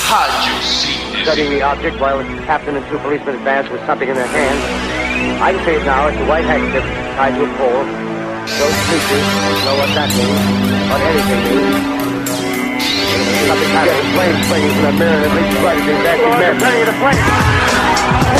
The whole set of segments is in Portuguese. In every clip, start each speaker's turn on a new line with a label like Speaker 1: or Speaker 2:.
Speaker 1: Rádio Síntese.
Speaker 2: Studying the object while the captain and two policemen advanced with something in their hands. I can say it now it's a white handkerchief tied to a pole. Those creatures know what that means, what anything means. Something happened. Yes, flames flaming from the mirror and leaks blood and dancing men. the flame.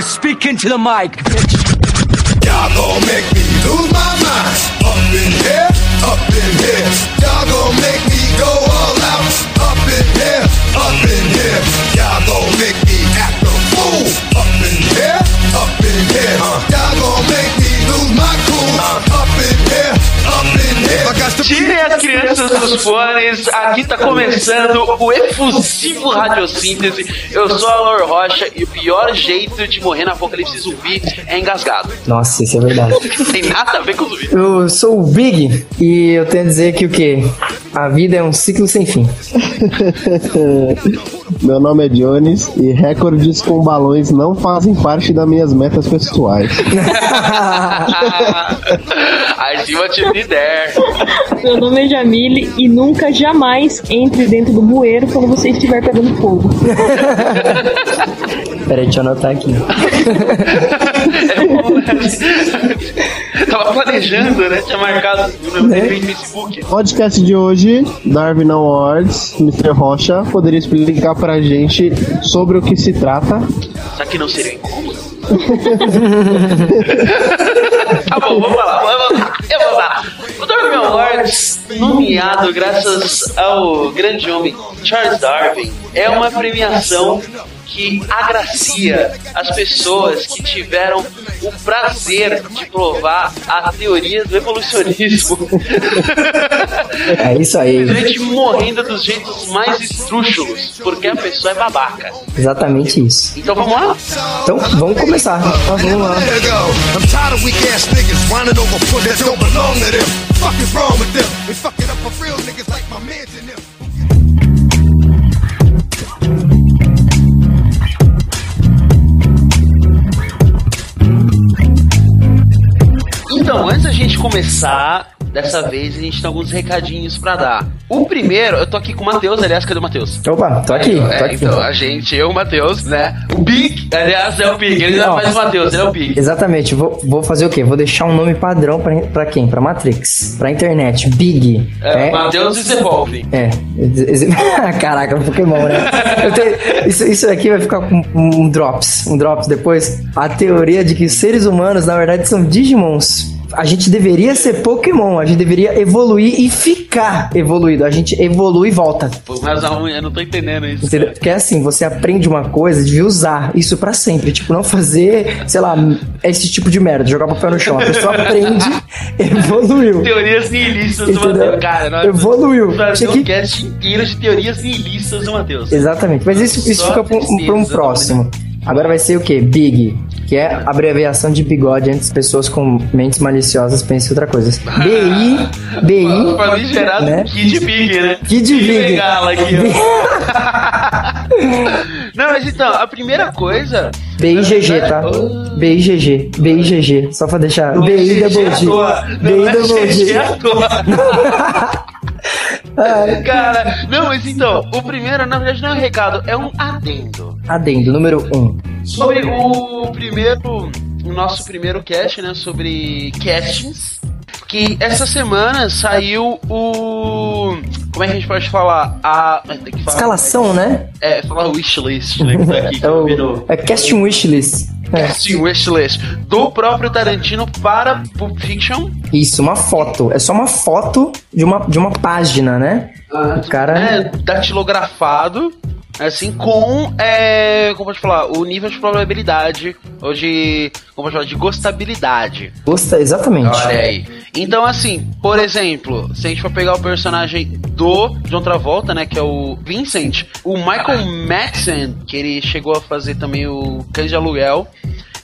Speaker 3: Speak into the mic.
Speaker 4: Y'all gon' make me lose my mind. Up in here, up in here. Y'all gon' make me go all out. Up in here, up in here. Y'all gon' make me act a fool. Up in here, up in here. Y'all gon' make me lose my cool. Up in here, up in here. I got the
Speaker 1: Tirem as crianças dos fones, aqui tá começando o efusivo radiosíntese. Eu sou a Lor Rocha e o pior jeito de morrer na apocalipse zumbi é engasgado.
Speaker 5: Nossa, isso é verdade.
Speaker 1: Tem nada a ver com zumbi.
Speaker 5: Eu sou o Big e eu tenho a dizer que o quê? A vida é um ciclo sem fim.
Speaker 6: Meu nome é Jones e recordes com balões não fazem parte das minhas metas pessoais.
Speaker 1: Argiva tipo de der.
Speaker 7: Meu nome é Jamile e nunca jamais entre dentro do bueiro quando você estiver pegando fogo.
Speaker 5: Peraí, deixa eu anotar aqui.
Speaker 1: Tava planejando, né? Tinha marcado no meu Facebook.
Speaker 6: Podcast de hoje, Darwin Awards, Mr. Rocha, poderia explicar pra gente sobre o que se trata?
Speaker 1: Será que não seria um incômodo? tá bom, vamos lá, vamos lá, vamos lá. O Darwin Awards, nomeado graças ao grande homem Charles Darwin, é uma premiação que agracia as pessoas que tiveram o prazer de provar a teoria do evolucionismo.
Speaker 5: É isso aí.
Speaker 1: Gente morrendo dos jeitos mais estrúxulos, porque a pessoa é babaca.
Speaker 5: Exatamente isso.
Speaker 1: Então vamos lá?
Speaker 5: Então, vamos começar. Tá, Vamos lá.
Speaker 4: There you go. I'm tired of weak ass niggas whining over foot that don't belong to them. Fuck is wrong with them? They fuck it up for real niggas like my mans and them.
Speaker 1: Então, antes da gente começar, dessa vez a gente tem alguns recadinhos pra dar. O primeiro, eu tô aqui com o Matheus, aliás, cadê o Matheus?
Speaker 5: Opa, tô Tá aqui.
Speaker 1: É,
Speaker 5: Tô aqui.
Speaker 1: então, a gente, eu, o Matheus, né? O Big, aliás, é o Big, ele não
Speaker 5: Não.
Speaker 1: faz o Matheus, ele é o Big.
Speaker 5: Exatamente, vou, vou fazer o quê? Vou deixar um nome padrão pra, pra quem? Pra Matrix, pra internet, Big.
Speaker 1: É, Matheus e Zepolvin.
Speaker 5: É. ex- ex- Caraca, Pokémon, né? Eu tenho- isso, isso aqui vai ficar com um, um drops. Um drops depois. A teoria de que os seres humanos, na verdade, são Digimons. A gente deveria ser Pokémon, a gente deveria evoluir e ficar evoluído. A gente evolui e volta.
Speaker 1: Pô, Mas a unha, eu não tô entendendo isso.
Speaker 5: Entendeu? Porque assim, você aprende uma coisa de usar isso pra sempre. Tipo, não fazer, sei lá, esse tipo de merda, jogar papel no chão. A pessoa aprende, evoluiu.
Speaker 1: Teorias nihilistas do
Speaker 5: Entendeu?
Speaker 1: Matheus, cara. Nós
Speaker 5: Evoluiu.
Speaker 1: Fazer
Speaker 5: Tinha
Speaker 1: um
Speaker 5: que-
Speaker 1: cast inteiro de teorias nihilistas do Matheus.
Speaker 5: Exatamente. Mas isso, isso
Speaker 1: Só
Speaker 5: fica pra um,
Speaker 1: tristeza,
Speaker 5: pra um
Speaker 1: exatamente.
Speaker 5: próximo. Agora vai ser o quê? Big. Que é a abreviação de bigode antes que pessoas com mentes maliciosas pensem em outra coisa. BI, BI.
Speaker 1: Pra mim, gerado
Speaker 5: né?
Speaker 1: Kid Big, né?
Speaker 5: Kid Big.
Speaker 1: Bengala aqui, ó. Não, mas então, a primeira coisa.
Speaker 5: BIGG, tá? BIGG, BIGG. Só pra deixar. BI double G. BI double G.
Speaker 1: BI Cara, não, mas então, o primeiro, na verdade, não é um recado, é um adendo.
Speaker 5: Adendo, número 1. Um.
Speaker 1: Sobre o primeiro. O nosso primeiro cast, né? Sobre castings. Que essa semana saiu o. Como é que a gente pode falar? A. Tem que falar,
Speaker 5: Escalação, né?
Speaker 1: É, falar wishlist, né? Que tá aqui, que
Speaker 5: É,
Speaker 1: eu
Speaker 5: o,
Speaker 1: vi no-
Speaker 5: é Cast Wishlist. É.
Speaker 1: Sim, wishlist. Do próprio Tarantino para Pulp Fiction.
Speaker 5: Isso, uma foto. É só uma foto de uma, de uma página, né? O cara.
Speaker 1: né, datilografado, assim, com, é, como pode falar, o nível de probabilidade, ou de, como pode falar, de gostabilidade.
Speaker 5: Gosta, exatamente.
Speaker 1: Olha aí. Então, assim, por exemplo, se a gente for pegar o personagem do John Travolta, né, que é o Vincent, o Michael
Speaker 5: Ah.
Speaker 1: Madsen, que ele chegou a fazer também o Cães de Aluguel,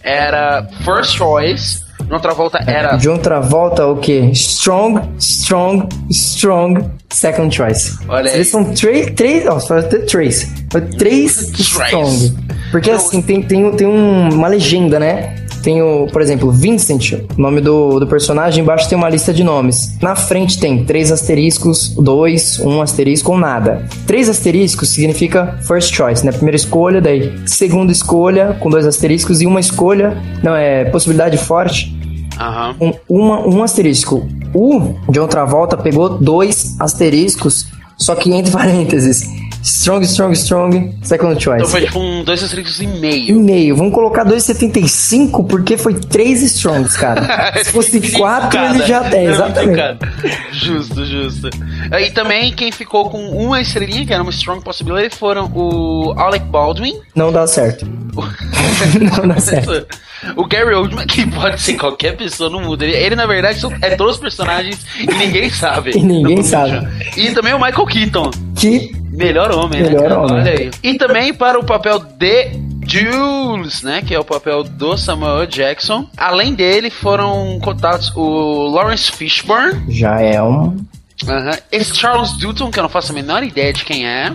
Speaker 1: era First Choice, John Travolta era
Speaker 5: John Travolta, o quê? Strong, strong, strong, second choice.
Speaker 1: Olha aí.
Speaker 5: Eles são três, três, ó, só até três. Foi Três
Speaker 1: Três.
Speaker 5: strong. Porque assim, tem, tem, um- tem um- uma legenda, né? Tem o, por exemplo, Vincent, o nome do, do personagem, embaixo tem uma lista de nomes. Na frente tem três asteriscos, dois, um asterisco ou nada. Três asteriscos significa first choice, né? Primeira escolha, daí segunda escolha com dois asteriscos e uma escolha, não é possibilidade forte,
Speaker 1: Aham.
Speaker 5: um, uma- um asterisco. O John Travolta pegou dois asteriscos, só que entre parênteses. Strong, strong, strong, second
Speaker 1: Então
Speaker 5: choice.
Speaker 1: foi tipo um dois asteriscos e
Speaker 5: E
Speaker 1: meio.
Speaker 5: meio. Vamos colocar 2,75 porque foi três strongs, cara. Se fosse quatro, ele já
Speaker 1: Cara,
Speaker 5: é,
Speaker 1: não,
Speaker 5: exatamente.
Speaker 1: cara. Justo, justo. E também quem ficou com uma estrelinha, que era uma strong possibility, foram o Alec Baldwin,
Speaker 5: Não dá certo. Não dá Tá certo.
Speaker 1: o Gary Oldman, que pode ser qualquer pessoa no mundo. Ele, ele, na verdade, são- é todos os personagens e ninguém sabe.
Speaker 5: E ninguém
Speaker 1: No mundo.
Speaker 5: sabe.
Speaker 1: E também o Michael Keaton,
Speaker 5: Que
Speaker 1: melhor homem, né,
Speaker 5: Melhor
Speaker 1: cara?
Speaker 5: homem.
Speaker 1: Olha aí. E também para o papel de Jules, né, que é o papel do Samuel Jackson. Além dele, foram cotados o Lawrence Fishburne,
Speaker 5: já é um.
Speaker 1: Aham. Esse Charles Dutton, que eu não faço a menor ideia de quem é.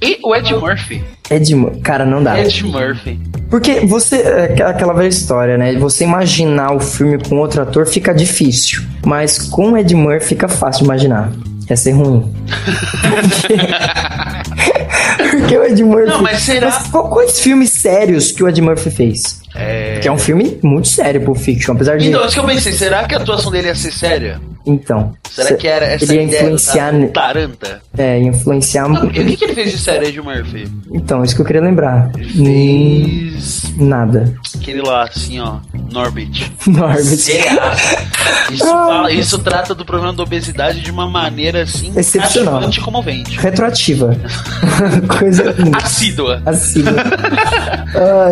Speaker 1: E o Ed Murphy.
Speaker 5: Ed, Mur- cara, não dá.
Speaker 1: Ed Murphy.
Speaker 5: Porque você. É aquela- aquela velha história, né? Você imaginar o filme com outro ator fica difícil. Mas com Ed Murphy fica fácil de imaginar. Ia ser ruim. Porque, Porque o Ed Murphy.
Speaker 1: Não, mas será-
Speaker 5: qual- quantos filmes sérios que o Ed Murphy fez?
Speaker 1: É.
Speaker 5: Que é um filme muito sério pro Fiction, apesar de.
Speaker 1: Então, isso que eu pensei, será que a atuação dele ia ser séria?
Speaker 5: Então,
Speaker 1: Será
Speaker 5: se-
Speaker 1: que era essa
Speaker 5: ele ia
Speaker 1: ideia
Speaker 5: influenciar.
Speaker 1: da Taranta?
Speaker 5: É, ia influenciar.
Speaker 1: Não, porque o que, que ele fez de sério, Ed Murphy?
Speaker 5: Então, isso que eu queria lembrar. Hum,
Speaker 1: Fez.
Speaker 5: Nada.
Speaker 1: Aquele lá, assim, ó. Norbit.
Speaker 5: Norbit.
Speaker 1: Será? Isso,
Speaker 5: Ah.
Speaker 1: fala- isso trata do problema da obesidade de uma maneira, assim,
Speaker 5: Excepcional.
Speaker 1: cativante e comovente.
Speaker 5: Retroativa. Coisa linda.
Speaker 1: Assídua.
Speaker 5: Assim.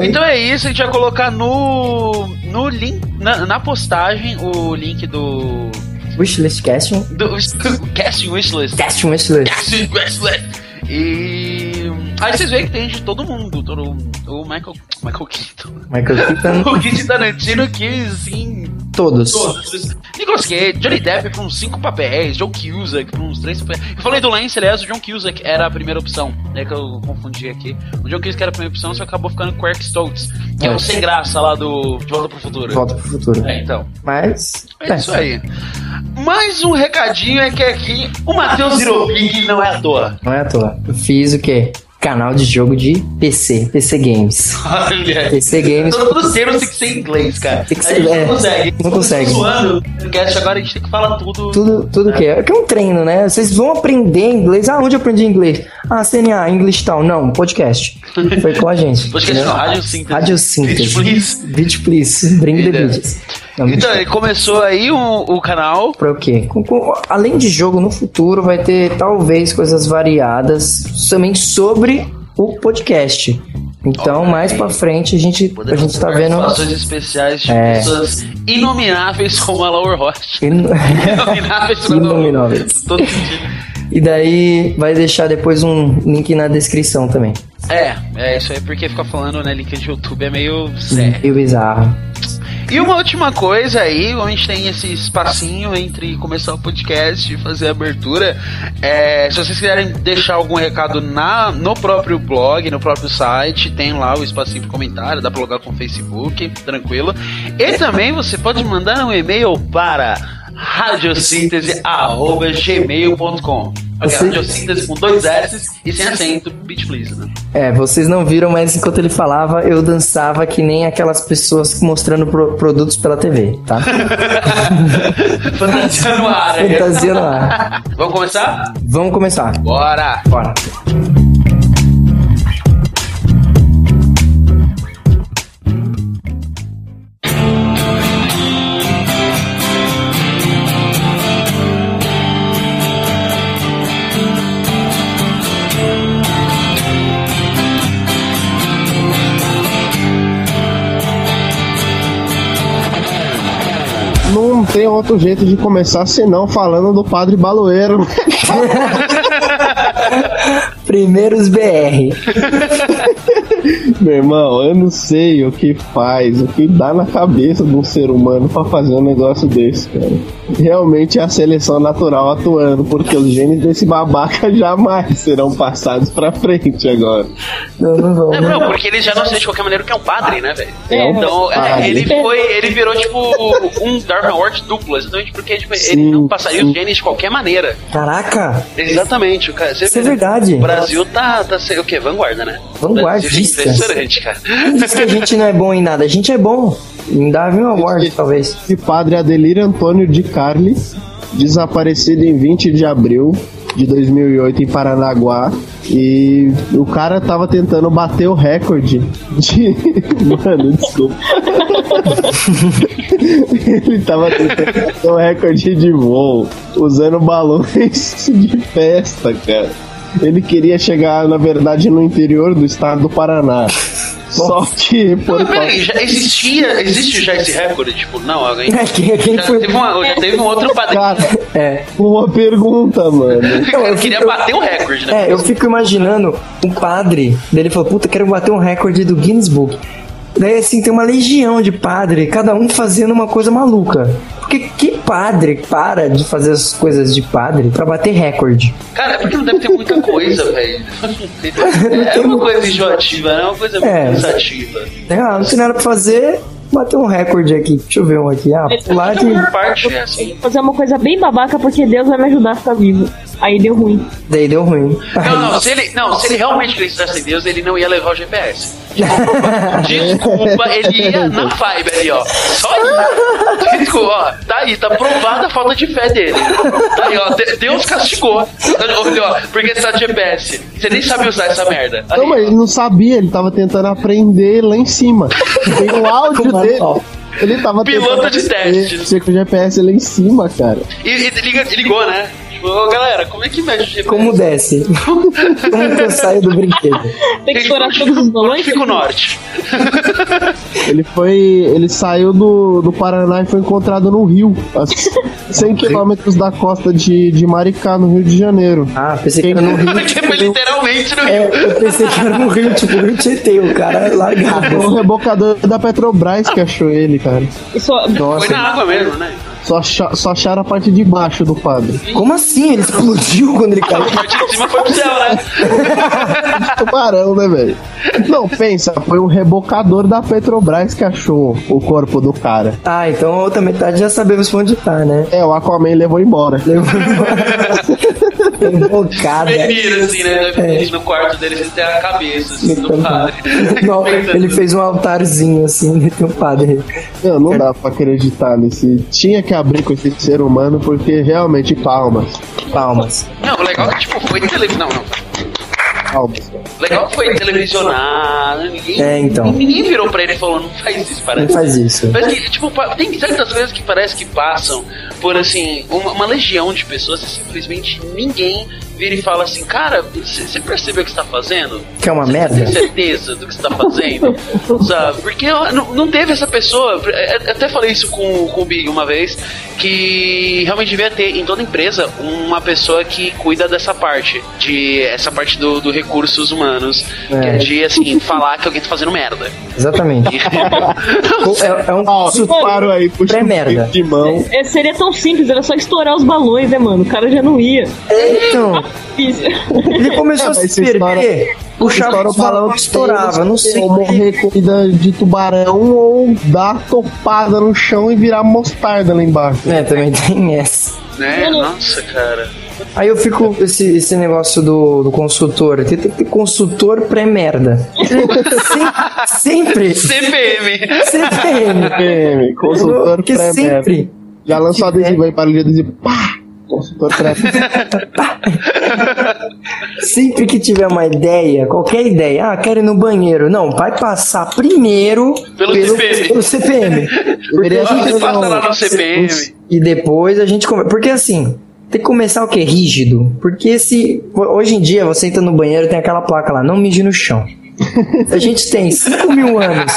Speaker 1: Então é isso, a gente vai colocar no. no link. Na, na postagem o link do.
Speaker 5: Wishlist Casting.
Speaker 1: do, do casting wishlist.
Speaker 5: Casting Wishlist.
Speaker 1: Casting wishlist! E. Aí vocês veem que tem de todo mundo. Todo, o Michael. Michael Keaton.
Speaker 5: Michael Keaton.
Speaker 1: O Kit Tarantino que assim.
Speaker 5: Todos.
Speaker 1: Todos. Nicolas Cage, Johnny Depp com cinco papéis, John Cusack com uns três papéis. Eu falei do Lance, aliás, o John Cusack era a primeira opção, né? Que eu confundi aqui. O John Cusack era a primeira opção, só acabou ficando com o Eric Stoltz, que é o
Speaker 5: É.
Speaker 1: sem graça lá do De Volta pro Futuro.
Speaker 5: Volta pro futuro.
Speaker 1: É, então.
Speaker 5: Mas.
Speaker 1: É isso aí. Mais um recadinho é que aqui o Matheus Ziropig não é à toa.
Speaker 5: Não é à toa. Eu fiz o quê? Canal de jogo de PC. PC Games.
Speaker 1: Olha.
Speaker 5: PC Games.
Speaker 1: Todos os termos tem que ser em inglês, cara.
Speaker 5: Tem que
Speaker 1: a
Speaker 5: ser-
Speaker 1: gente
Speaker 5: é,
Speaker 1: não consegue.
Speaker 5: não consegue.
Speaker 1: Zoando, no cast agora a gente tem que falar tudo.
Speaker 5: Tudo, tudo que é. Que é um treino, né? Vocês vão aprender inglês. Ah, onde eu aprendi inglês? Ah, CNA, English Town. Não, podcast. Foi com a gente.
Speaker 1: Podcast
Speaker 5: entendeu?
Speaker 1: não, radiosíntese.
Speaker 5: Radiosíntese.
Speaker 1: Bitch, please.
Speaker 5: Beat, please. Bring the
Speaker 1: Entendeu?
Speaker 5: beats. Não,
Speaker 1: Então,
Speaker 5: beat-
Speaker 1: ele começou aí o, o canal.
Speaker 5: Pra o quê? Com- com- além de jogo, no futuro vai ter talvez coisas variadas também sobre o podcast. Então,
Speaker 1: Ok.
Speaker 5: mais pra frente, a gente, a gente tá vendo.
Speaker 1: Participações especiais de
Speaker 5: É.
Speaker 1: pessoas inomináveis como a Laura Roth. Inomináveis. como a Laura Roth.
Speaker 5: Inomináveis.
Speaker 1: Todo sentido.
Speaker 5: e daí vai deixar depois um link na descrição também.
Speaker 1: É, é isso aí, porque ficar falando, né, link de YouTube é meio sério.
Speaker 5: E o bizarro.
Speaker 1: E uma última coisa aí, onde a gente tem esse espacinho entre começar o podcast e fazer a abertura. É, se vocês quiserem deixar algum recado na, no próprio blog, no próprio site, tem lá o espacinho pro comentário, dá pra logar com o Facebook, tranquilo. E também você pode mandar um e-mail para radiosíntese.gmail.com. Ok,
Speaker 5: Você-
Speaker 1: radiosíntese com dois S e sem acento, beat please, né?
Speaker 5: É, vocês não viram, mas enquanto ele falava, eu dançava que nem aquelas pessoas mostrando pro- produtos pela TV, tá?
Speaker 1: Fantasia no ar, né?
Speaker 5: Fantasia no ar.
Speaker 1: Vamos começar?
Speaker 5: Vamos começar.
Speaker 1: Bora!
Speaker 5: Bora.
Speaker 6: não tem outro jeito de começar senão falando do Padre Baloeiro.
Speaker 5: Primeiros BR.
Speaker 6: Meu irmão, eu não sei o que faz, o que dá na cabeça de um ser humano pra fazer um negócio desse, cara. Realmente é a seleção natural atuando, porque os genes desse babaca jamais serão passados pra frente agora.
Speaker 5: Não, não vão.
Speaker 1: É,
Speaker 5: né?
Speaker 1: não, porque ele já não sei de qualquer maneira que é um padre, né, velho?
Speaker 7: É, um
Speaker 1: Então, é,
Speaker 6: padre.
Speaker 1: ele foi. Ele virou, tipo, um Darwin Award duplo, exatamente porque tipo, ele
Speaker 6: Sim,
Speaker 1: não passaria os
Speaker 6: sim.
Speaker 1: genes de qualquer maneira.
Speaker 5: Caraca,
Speaker 1: Exatamente, o cara. você
Speaker 5: Isso é
Speaker 1: vê, né?
Speaker 5: verdade.
Speaker 1: O Brasil tá, tá sendo o quê? Vanguarda, né?
Speaker 5: Vanguardista.
Speaker 1: Brasil é Impressionante, cara.
Speaker 5: quem disse que a gente não é bom em nada? A gente é bom. Em Darwin Award, talvez.
Speaker 6: de padre Adelir Antônio de Carli, desaparecido em 20 de abril de 2008 em Paranaguá. E o cara tava tentando bater o recorde de. Mano, desculpa. Ele tava tentando bater o recorde de voo usando balões de festa, cara. Ele queria chegar, na verdade, no interior do estado do Paraná. Só que por
Speaker 1: Mas peraí, já existia, existe já esse recorde? Tipo, não, alguém.
Speaker 5: É, quem, quem
Speaker 1: Já
Speaker 5: foi.
Speaker 1: teve, uma- já teve um outro padre.
Speaker 6: Cara,
Speaker 5: É.
Speaker 6: Uma pergunta, mano.
Speaker 5: Não, eu
Speaker 1: Eu queria
Speaker 5: fico-
Speaker 1: bater um recorde, né?
Speaker 5: É, eu fico imaginando um padre. Daí ele falou, puta, quero bater um recorde do Guinness Book. Daí assim, tem uma legião de padre, cada um fazendo uma coisa maluca. Porque que padre para de fazer as coisas de padre pra bater recorde?
Speaker 1: Cara, é porque não deve ter muita coisa, velho. É uma coisa enjoativa, né? É uma coisa
Speaker 5: É.
Speaker 1: muito cansativa.
Speaker 5: Ah, não tem nada pra fazer, bater um recorde aqui. Deixa eu ver um aqui. Ah, pular de.
Speaker 1: A parte é assim.
Speaker 7: fazer uma coisa bem babaca porque Deus vai me ajudar a ficar vivo. Aí deu ruim.
Speaker 5: Daí deu ruim.
Speaker 1: Não, não, se ele, não, se ele realmente acreditasse em Deus, ele não ia levar o GPS. Desculpa, desculpa, ele ia na vibe ali, ó. Só isso. Desculpa, ó. Tá aí, tá provada a falta de fé dele. Tá aí, ó. De- Deus castigou. Olha, ó, porque você tá de GPS. Você nem sabe usar essa merda. Tá Aí,
Speaker 6: Não, mas ele não sabia, ele tava tentando aprender lá em cima. Tem o áudio
Speaker 5: Como é,
Speaker 6: dele.
Speaker 5: ó.
Speaker 6: Ele tava
Speaker 1: Piloto
Speaker 6: tentando
Speaker 1: de
Speaker 6: aprender
Speaker 1: testes.
Speaker 6: com o GPS lá em cima, cara.
Speaker 1: E, e liga- ligou, né? Tipo, ô, galera, como é que mexe o GPS?
Speaker 5: Como desce? Como que eu saio do brinquedo?
Speaker 7: Tem que explorar todos os
Speaker 1: Onde
Speaker 7: balões?
Speaker 1: fica o norte?
Speaker 6: Ele foi. Ele saiu do, do Paraná e foi encontrado no rio, a 100 quilômetros da costa de, de Maricá, no Rio de Janeiro.
Speaker 5: Ah, pensei que era no Rio.
Speaker 1: Tipo, literalmente no Rio.
Speaker 5: É, eu pensei que era no Rio, tipo, o Rio Tietê, o cara largado.
Speaker 6: Foi o rebocador da Petrobras que achou ele, cara.
Speaker 7: Isso,
Speaker 1: Foi na água mesmo, né?
Speaker 6: Só, acha- só acharam a parte de baixo do padre.
Speaker 5: Como assim? Ele explodiu quando ele
Speaker 1: A
Speaker 5: caiu?
Speaker 1: parte de cima foi pro céu, né?
Speaker 6: tubarão, né, velho? Não, pensa, foi o rebocador da Petrobras que achou o corpo do cara.
Speaker 5: Ah, então a outra metade já sabemos pra onde tá, né?
Speaker 6: É, o Aquaman levou embora.
Speaker 5: Levou embocada.
Speaker 1: Bebida, assim, né?
Speaker 5: É.
Speaker 1: Ele No quarto dele, ele tem a cabeça, assim, do padre.
Speaker 5: um Não, ele fez um altarzinho assim, ele tem um padre.
Speaker 6: Não, não dá pra acreditar nesse. Tinha que abrir com esse ser humano, porque realmente palmas.
Speaker 5: Palmas.
Speaker 1: Não, o legal é que, tipo, foi televisão. Não, não.
Speaker 6: Palmas.
Speaker 1: O legal é que foi televisionado. Ninguém,
Speaker 5: É, então.
Speaker 1: ninguém virou pra ele e falou: não faz isso,
Speaker 5: Não
Speaker 1: parece.
Speaker 5: faz isso.
Speaker 1: Parece que, tipo, pa- tem certas coisas que parece que passam por, assim, uma, uma legião de pessoas e simplesmente ninguém vira e fala assim: cara, você você percebeu o que você tá fazendo?
Speaker 5: Que é uma merda?
Speaker 1: Tem certeza do que você tá fazendo? Sabe? Porque ó, não, não teve essa pessoa. é, é, Até falei isso com, com o Big uma vez. Que realmente devia ter em toda empresa uma pessoa que cuida dessa parte. De essa parte do, do recursos humanos. Que é de assim, falar que alguém tá fazendo merda.
Speaker 5: Exatamente. É, é um
Speaker 6: Ó, parou aí, puxa um
Speaker 5: Pré-merda.
Speaker 6: bico de mão.
Speaker 7: é, seria tão simples, era só estourar os balões, né, mano? O cara já não ia.
Speaker 5: Então,
Speaker 7: Isso.
Speaker 5: ele começou a
Speaker 6: Mas
Speaker 5: se
Speaker 6: estoura-
Speaker 5: perder, puxava
Speaker 6: Estoura
Speaker 5: o balão que estourava, não sei
Speaker 6: Ou
Speaker 5: como
Speaker 6: morrer comida de tubarão ou dar topada no chão e virar mostarda lá embaixo.
Speaker 5: É, também tem essa.
Speaker 1: Né? Nossa, cara.
Speaker 5: Aí eu fico com esse, esse negócio do, do consultor. Tem tem que ter consultor pré-merda. sempre. Sempre.
Speaker 1: CPM.
Speaker 5: CPM.
Speaker 6: PM, consultor
Speaker 5: Porque
Speaker 6: pré-merda.
Speaker 5: sempre.
Speaker 6: Já lançou
Speaker 5: tiver-
Speaker 6: adesivo aí para o dia adesivo. Pá! Consultor pré-merda.
Speaker 5: Sempre que tiver uma ideia, qualquer ideia, ah, quero ir no banheiro. Não, vai passar primeiro
Speaker 1: Pelo CPM.
Speaker 5: pelo CPM.
Speaker 6: Deveria
Speaker 5: Porque a gente-
Speaker 1: Passa lá no CPM.
Speaker 5: E depois a gente conversa. Porque assim, tem que começar o quê? Rígido. Porque se. Hoje em dia você entra no banheiro tem aquela placa lá, não mije no chão. A gente tem 5 mil anos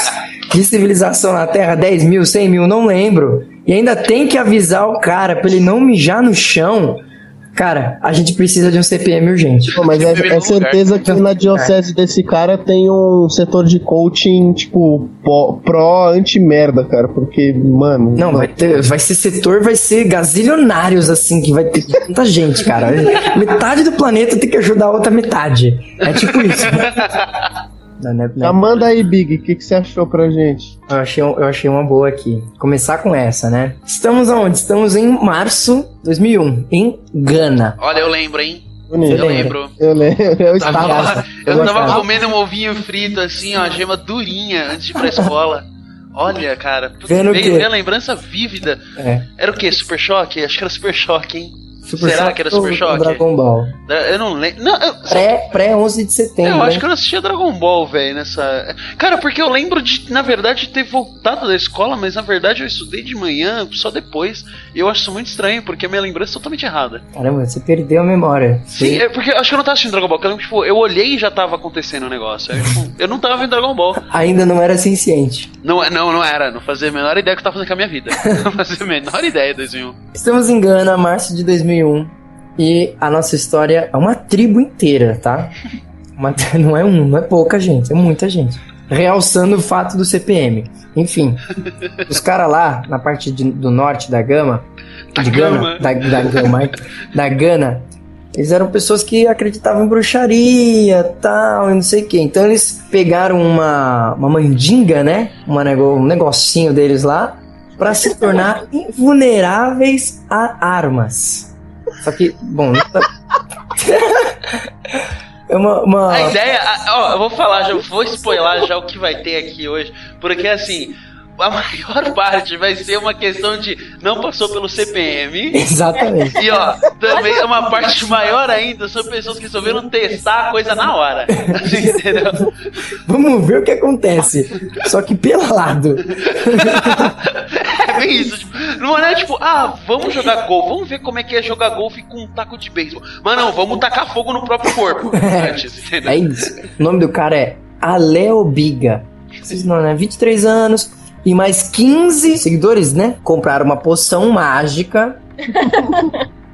Speaker 5: de civilização na Terra, 10 mil, 100 mil, não lembro, e ainda tem que avisar o cara pra ele não mijar no chão, cara, a gente precisa de um CPM urgente.
Speaker 6: Pô, mas é, é certeza
Speaker 1: né?
Speaker 6: que na diocese desse cara tem um setor de coaching, tipo, pó- pró anti-merda, cara. Porque, mano.
Speaker 5: Não, vai, ter, vai ser setor, vai ser gazilionários, assim, que vai ter tanta gente, cara. Metade do planeta tem que ajudar a outra metade. É tipo isso. Não, não é- não é-
Speaker 6: Já manda aí, Big, o que, que você achou pra gente?
Speaker 5: Eu achei, um, eu achei uma boa aqui. Começar com essa, né? Estamos aonde? Estamos em março de 2001, em Gana.
Speaker 1: Olha, eu lembro, hein?
Speaker 6: Bonito.
Speaker 1: Eu
Speaker 5: Eu Tá.
Speaker 1: lembro.
Speaker 6: Eu lembro, eu
Speaker 1: Tava-
Speaker 6: estava.
Speaker 5: eu
Speaker 1: eu tava
Speaker 5: gostava.
Speaker 1: comendo um ovinho frito, assim, ó, gema durinha, antes de ir pra escola. Olha, cara, puta,
Speaker 5: Vendo o
Speaker 1: veio-
Speaker 5: quê?
Speaker 1: veio a lembrança vívida.
Speaker 5: É.
Speaker 1: Era o quê? Super Choque? Acho que era Super Choque, hein?
Speaker 5: Super
Speaker 1: Será
Speaker 5: Choque
Speaker 1: que era Super
Speaker 5: ou
Speaker 1: Choque?
Speaker 5: Dragon Ball.
Speaker 1: Eu não lembro. Não, eu,
Speaker 5: Pré, pré 11 de setembro. né?
Speaker 1: Eu acho
Speaker 5: hein?
Speaker 1: que eu não assistia Dragon Ball, velho, nessa. Cara, porque eu lembro de, na verdade, ter voltado da escola, mas na verdade eu estudei de manhã, só depois. E eu acho isso muito estranho, porque a minha lembrança é totalmente errada.
Speaker 5: Caramba, você perdeu a memória.
Speaker 1: Sim, é porque eu acho que eu não tava assistindo Dragon Ball. porque Eu lembro, que, tipo, eu olhei e já tava acontecendo o negócio. Aí, tipo, eu não tava vendo Dragon Ball.
Speaker 5: Ainda não era ciente.
Speaker 1: Não, não, não era. Não fazia a menor ideia do que eu tava fazendo com a minha vida. Não fazia a menor ideia, 2001.
Speaker 5: Estamos em Gana, março de 2001. E a nossa história é uma tribo inteira, tá? Uma- não é um, não é pouca gente, é muita gente. Realçando o fato do CPM. Enfim, os caras lá, na parte de- do norte da Gama,
Speaker 1: Da
Speaker 5: de
Speaker 1: Gama.
Speaker 5: Gana, da, da Gama, da Gana, eles eram pessoas que acreditavam em bruxaria, tal, e não sei o que. Então eles pegaram uma, uma mandinga, né? Uma nego- um negocinho deles lá, pra se tornar invulneráveis a armas. Só que, bom, não tá- é uma. uma-
Speaker 1: A ideia. a- Ó, eu vou falar, já vou spoiler já o que vai ter aqui hoje. Porque assim. A maior parte vai ser uma questão de não passou pelo CPM,
Speaker 5: Exatamente.
Speaker 1: E ó, também é uma parte maior ainda, são pessoas que resolveram testar a coisa na hora. Assim, entendeu?
Speaker 5: Vamos ver o que acontece. Só que pelado.
Speaker 1: É bem isso. Tipo, não é tipo, ah, vamos jogar golfe, vamos ver como é que é jogar golfe com um taco de beisebol. Mas não, vamos tacar fogo no próprio corpo antes, entendeu?
Speaker 5: É isso. O nome do cara é Aleo Biga. Vocês não, né? 23 anos. E mais 15 seguidores, né? Compraram uma poção mágica.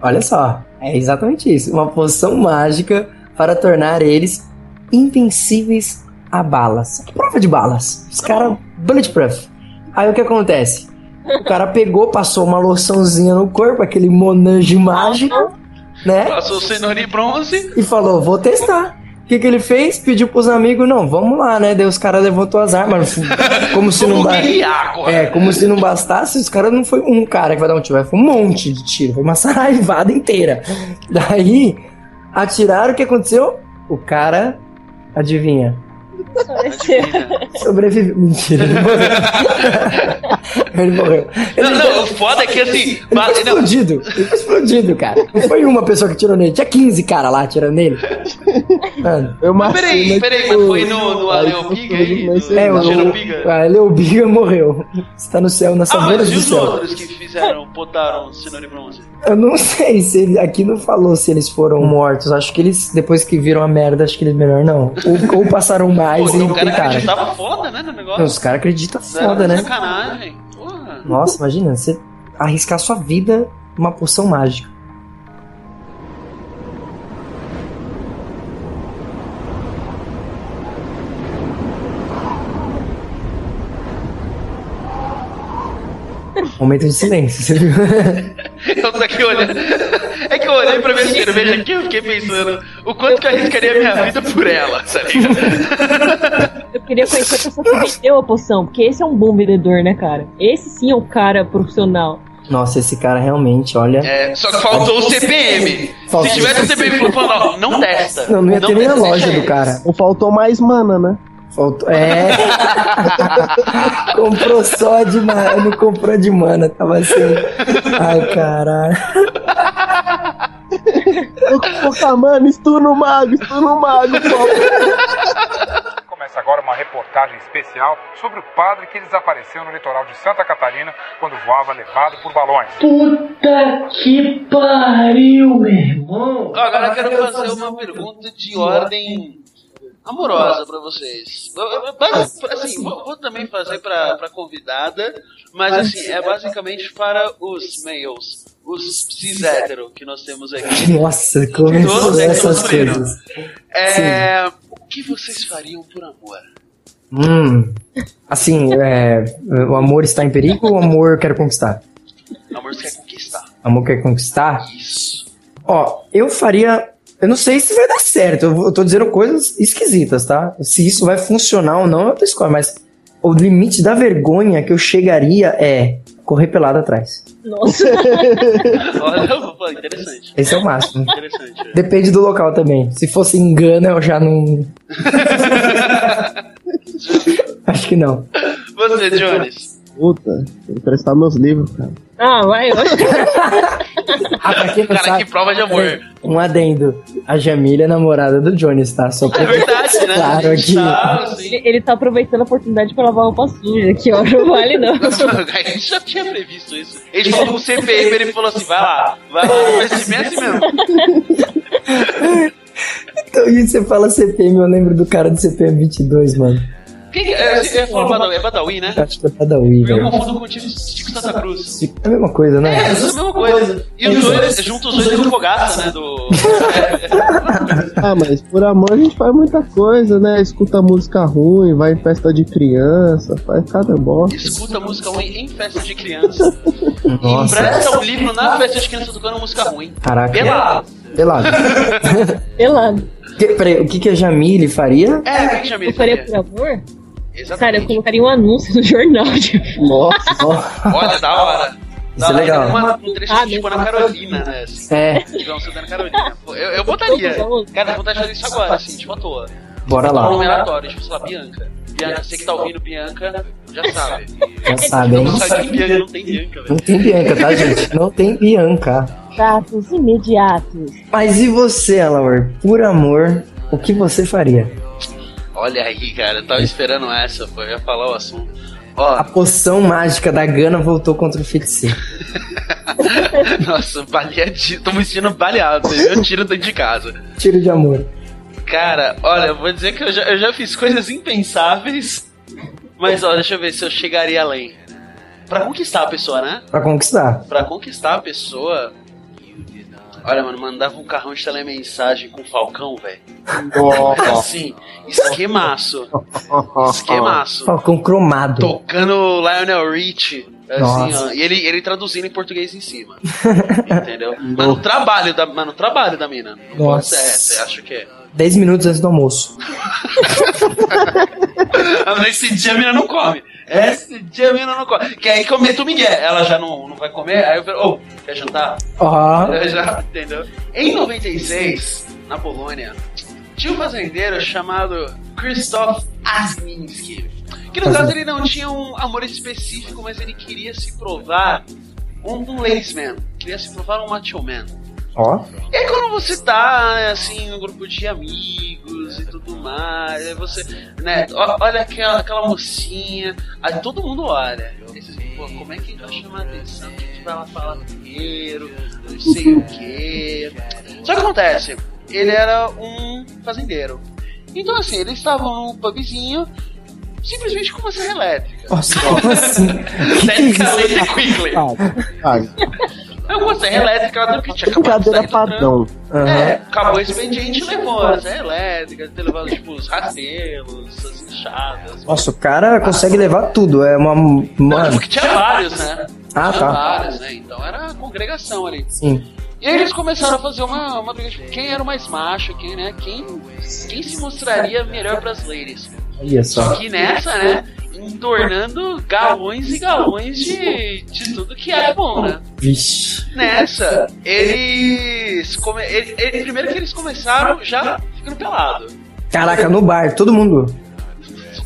Speaker 5: Olha só. É exatamente isso. Uma poção mágica para tornar eles invencíveis a balas. Prova de balas. Os caras bulletproof. Aí o que acontece? O cara pegou, passou uma loçãozinha no corpo, aquele monange mágico, né?
Speaker 1: Passou cenoura e bronze.
Speaker 5: e falou: vou testar. O que, que ele fez? Pediu pros amigos, não, vamos lá, né? Daí os caras levantou as armas, como se não
Speaker 1: Vamos
Speaker 5: ba-
Speaker 1: guerrear agora.
Speaker 5: É, como se não bastasse, os caras não foi um cara que vai dar um tiro, foi um monte de tiro, foi uma saraivada inteira. Daí, atiraram, o que aconteceu? O cara, adivinha,
Speaker 7: Pareceu.
Speaker 1: né?
Speaker 5: sobreviveu. Mentira, ele morreu. ele morreu.
Speaker 1: Não,
Speaker 5: Ele
Speaker 1: não, o foda é que assim.
Speaker 5: ele
Speaker 1: ba-
Speaker 5: foi
Speaker 1: não,
Speaker 5: explodido, ele foi explodido, cara. Não foi uma pessoa que tirou nele, tinha 15 cara lá atirando nele. Mano,
Speaker 6: Eu né, tipo,
Speaker 1: mas peraí, peraí,
Speaker 5: tipo,
Speaker 1: mas foi no, no Aleo Piga aí? No,
Speaker 5: É,
Speaker 1: no
Speaker 5: o,
Speaker 1: Tiro Piga?
Speaker 5: a Leobiga morreu. Está no céu, nas
Speaker 1: Ah,
Speaker 5: savanas
Speaker 1: mas e
Speaker 5: do
Speaker 1: os
Speaker 5: céu.
Speaker 1: outros que fizeram, botaram cenoura e bronze?
Speaker 5: Eu não sei se ele, aqui não falou se eles foram mortos. Acho que eles, depois que viram a merda, acho que eles melhor não. Ou, ou passaram
Speaker 1: Pô,
Speaker 5: mais e
Speaker 1: então
Speaker 5: não
Speaker 1: o cara
Speaker 5: tentaram.
Speaker 1: acreditava foda, né, no negócio?
Speaker 5: Não, os caras acreditam
Speaker 1: Zero
Speaker 5: foda, né?
Speaker 1: Sacanagem. Porra.
Speaker 5: Nossa, imagina, você arriscar sua vida numa poção mágica. Momento de silêncio, você viu?
Speaker 1: Eu tô Então tá aqui olhando. É que eu olhei pra minha cerveja aqui e eu fiquei pensando o quanto que eu arriscaria a minha vida por ela, tá ligado?
Speaker 7: Eu queria conhecer a pessoa que vendeu a poção, porque esse é um bom vendedor, né, cara? Esse sim é um cara profissional.
Speaker 5: Nossa, esse cara realmente, olha.
Speaker 1: É, só que faltou o CPM. Se
Speaker 5: Faltou.
Speaker 1: tivesse o CPM falando, não, não testa.
Speaker 5: Não, não ia ter nem a
Speaker 1: testa,
Speaker 5: loja
Speaker 1: deixa
Speaker 5: do cara.
Speaker 6: Ou faltou mais mana, né?
Speaker 5: Faltou. É. comprou só de mana. Não comprou de mana. Tava assim. Ai, caralho.
Speaker 6: Eu colocar, tá, mano, estudo mago, estudo mago, pô.
Speaker 8: Começa agora uma reportagem especial sobre o padre que desapareceu no litoral de Santa Catarina quando voava levado por balões.
Speaker 1: Ó, Agora eu quero fazer uma pergunta de ordem amorosa pra vocês. Eu- eu- eu- mas,
Speaker 5: Ah.
Speaker 1: assim, vou, vou também fazer pra, pra convidada, mas
Speaker 5: Ah.
Speaker 1: assim, é basicamente para os males, os cis hétero que nós temos aqui.
Speaker 5: Nossa, começou
Speaker 1: Todos eles
Speaker 5: essas
Speaker 1: sofreram.
Speaker 5: coisas.
Speaker 1: É, o que vocês fariam por amor?
Speaker 5: Hum. Assim, é, o amor está em perigo ou o amor eu quero conquistar?
Speaker 1: Amor, você quer conquistar.
Speaker 5: Amor quer conquistar?
Speaker 1: Isso.
Speaker 5: Ó, eu faria. Eu não sei se vai dar certo. Eu, vou- eu tô dizendo coisas esquisitas, tá? Se isso vai funcionar ou não, eu tô escolhendo. Mas o limite da vergonha que eu chegaria é correr pelado atrás.
Speaker 7: Nossa,
Speaker 1: Olha, pô, interessante.
Speaker 5: Esse é o máximo.
Speaker 1: Interessante.
Speaker 5: Depende do local também. Se fosse em Gana, eu já não. Acho que não.
Speaker 1: Você, Jones.
Speaker 6: Puta, vou emprestar meus livros, cara.
Speaker 7: ah, vai, vai.
Speaker 5: Ah, pra quem não
Speaker 1: Cara,
Speaker 5: sabe,
Speaker 1: que prova de amor.
Speaker 5: Um adendo. A Jamília é namorada do Jones, tá? Só pra...
Speaker 1: É verdade, né?
Speaker 5: Claro
Speaker 1: A gente
Speaker 5: que-
Speaker 1: tá, assim,
Speaker 7: Ele, ele tá aproveitando a oportunidade pra lavar roupa suja, que ó, não vale não.
Speaker 1: A gente já tinha previsto isso. Ele falou com o CPM, ele falou assim: vai lá, vai lá, vai se mesmo. mesmo.
Speaker 5: Então, e você fala CPM, eu lembro do cara do CPM 22, mano.
Speaker 1: Quem que é? Você é falou Badawi, é Badawi, né?
Speaker 5: Eu Acho que é cada um,
Speaker 1: Eu
Speaker 5: velho.
Speaker 1: confundo com o Tico Tico Santa Cruz.
Speaker 5: É a mesma coisa, né?
Speaker 1: É, é a mesma coisa. E os dois, juntos os dois com fogaça, né? Do.
Speaker 6: Ah, mas por amor a gente faz muita coisa, né? Escuta música ruim, vai em festa de criança, faz cada bosta.
Speaker 1: Escuta música ruim em festa de criança. Empresta um livro na festa de criança tocando música ruim.
Speaker 5: Caraca.
Speaker 1: Pelado.
Speaker 5: Pelado.
Speaker 7: Pelado.
Speaker 5: Que- Peraí, o que, que a Jamile faria?
Speaker 1: É, o que chama
Speaker 7: Eu
Speaker 1: isso?
Speaker 7: faria por amor? Cara, eu
Speaker 1: Exatamente.
Speaker 7: colocaria um anúncio no jornal. tipo,
Speaker 6: Nossa,
Speaker 1: Olha, da hora.
Speaker 5: Isso é legal.
Speaker 1: Uma, um trecho
Speaker 7: Ah,
Speaker 1: tipo
Speaker 7: meu
Speaker 1: na
Speaker 7: Deus.
Speaker 1: Carolina, né? Assim,
Speaker 5: É,
Speaker 1: Então, você tá na Carolina. Pô, Eu, eu botaria.
Speaker 7: Vamos.
Speaker 1: Cara, eu vontade de fazer isso agora, assim, tipo à toa.
Speaker 5: bora
Speaker 1: Um
Speaker 5: lá.
Speaker 1: numeratório, tipo, sei lá, Bianca. Bianca, você que tá ouvindo Bianca, já sabe.
Speaker 5: Já sabe, hein?
Speaker 1: Não sabe quem é Bianca, não tem Bianca,
Speaker 5: Não
Speaker 1: velho.
Speaker 5: tem Bianca, tá, gente? Não tem Bianca.
Speaker 7: Dados imediatos.
Speaker 5: Mas e você, Alaor? Por amor, o que você faria?
Speaker 1: Olha aí, cara, eu tava esperando essa, pô. Eu ia falar o assunto. Ó,
Speaker 5: A poção mágica da Gana voltou contra o feiticeiro.
Speaker 1: nossa, baleadinho. Tô me sentindo baleado, entendeu? eu tiro dentro de casa.
Speaker 5: Tiro de amor.
Speaker 1: Cara, olha, eu vou dizer que eu já, eu já fiz coisas impensáveis, mas olha, deixa eu ver se eu chegaria além. Pra conquistar a pessoa, né?
Speaker 5: Pra conquistar.
Speaker 1: Pra conquistar a pessoa. Olha, mano, mandava um carrão de telemensagem com o Falcão, velho. Assim, esquemaço. Esquemaço.
Speaker 5: Falcão cromado.
Speaker 1: Tocando Lionel Rich. Assim,
Speaker 5: Nossa.
Speaker 1: ó, e ele, ele traduzindo em português em cima. Entendeu? Mano, o trabalho da, mano, o trabalho da mina. Não pode
Speaker 5: Nossa.
Speaker 1: ser essa, eu acho que é.
Speaker 5: 10 minutos antes do almoço.
Speaker 1: Mas Esse dia a mina não come. Esse dia a mina não come. Que aí que eu meto o Miguel. Ela já não, não vai comer. Aí eu falo, ô, quer jantar?
Speaker 5: Ó.
Speaker 1: Eu já, entendeu? Em 96, na Polônia, tinha um fazendeiro chamado Krzysztof Asminski. Que no caso ele não tinha um amor específico, mas ele queria se provar um, um ladies man. Queria se provar um macho man.
Speaker 5: Ó.
Speaker 1: E aí quando você tá, né, assim, no grupo de amigos e tudo mais, aí você, né, ó- olha aquela, aquela mocinha, aí todo mundo olha. Aí você, Pô, como é que a gente vai chamar a atenção? O que a gente vai lá falar primeiro? Não sei o quê. Só que acontece, ele era um fazendeiro. Então assim, eles estavam num pubzinho, simplesmente com uma serra elétrica.
Speaker 5: Nossa, como assim? Que que é isso?
Speaker 1: Tecnicamente Quigley.
Speaker 6: cara.
Speaker 1: É uma serra elétrica, ela que
Speaker 5: É
Speaker 1: tinha acabado Um de
Speaker 6: Brincadeira
Speaker 1: sair do trampo.
Speaker 6: padrão.
Speaker 1: É,
Speaker 5: Aham.
Speaker 1: acabou o expediente levou as elétricas, levou tipo os rastelos, as inchadas.
Speaker 5: Nossa, o cara consegue levar tudo. É uma. Mano.
Speaker 1: Porque tinha vários, né? tinha
Speaker 5: Ah, tá.
Speaker 1: vários, né? Então era a congregação ali.
Speaker 5: Sim.
Speaker 1: E aí eles começaram a fazer uma, uma briga de quem era o mais macho, quem, né? Quem, quem se mostraria melhor pras ladies.
Speaker 5: Olha
Speaker 1: Só
Speaker 5: só.
Speaker 1: que nessa, né? Entornando galões e galões de, de tudo que é bom, né?
Speaker 5: Vixe.
Speaker 1: Nessa, eles, come, ele- ele- Primeiro que eles começaram já ficando pelado.
Speaker 5: Caraca, no bar, todo mundo.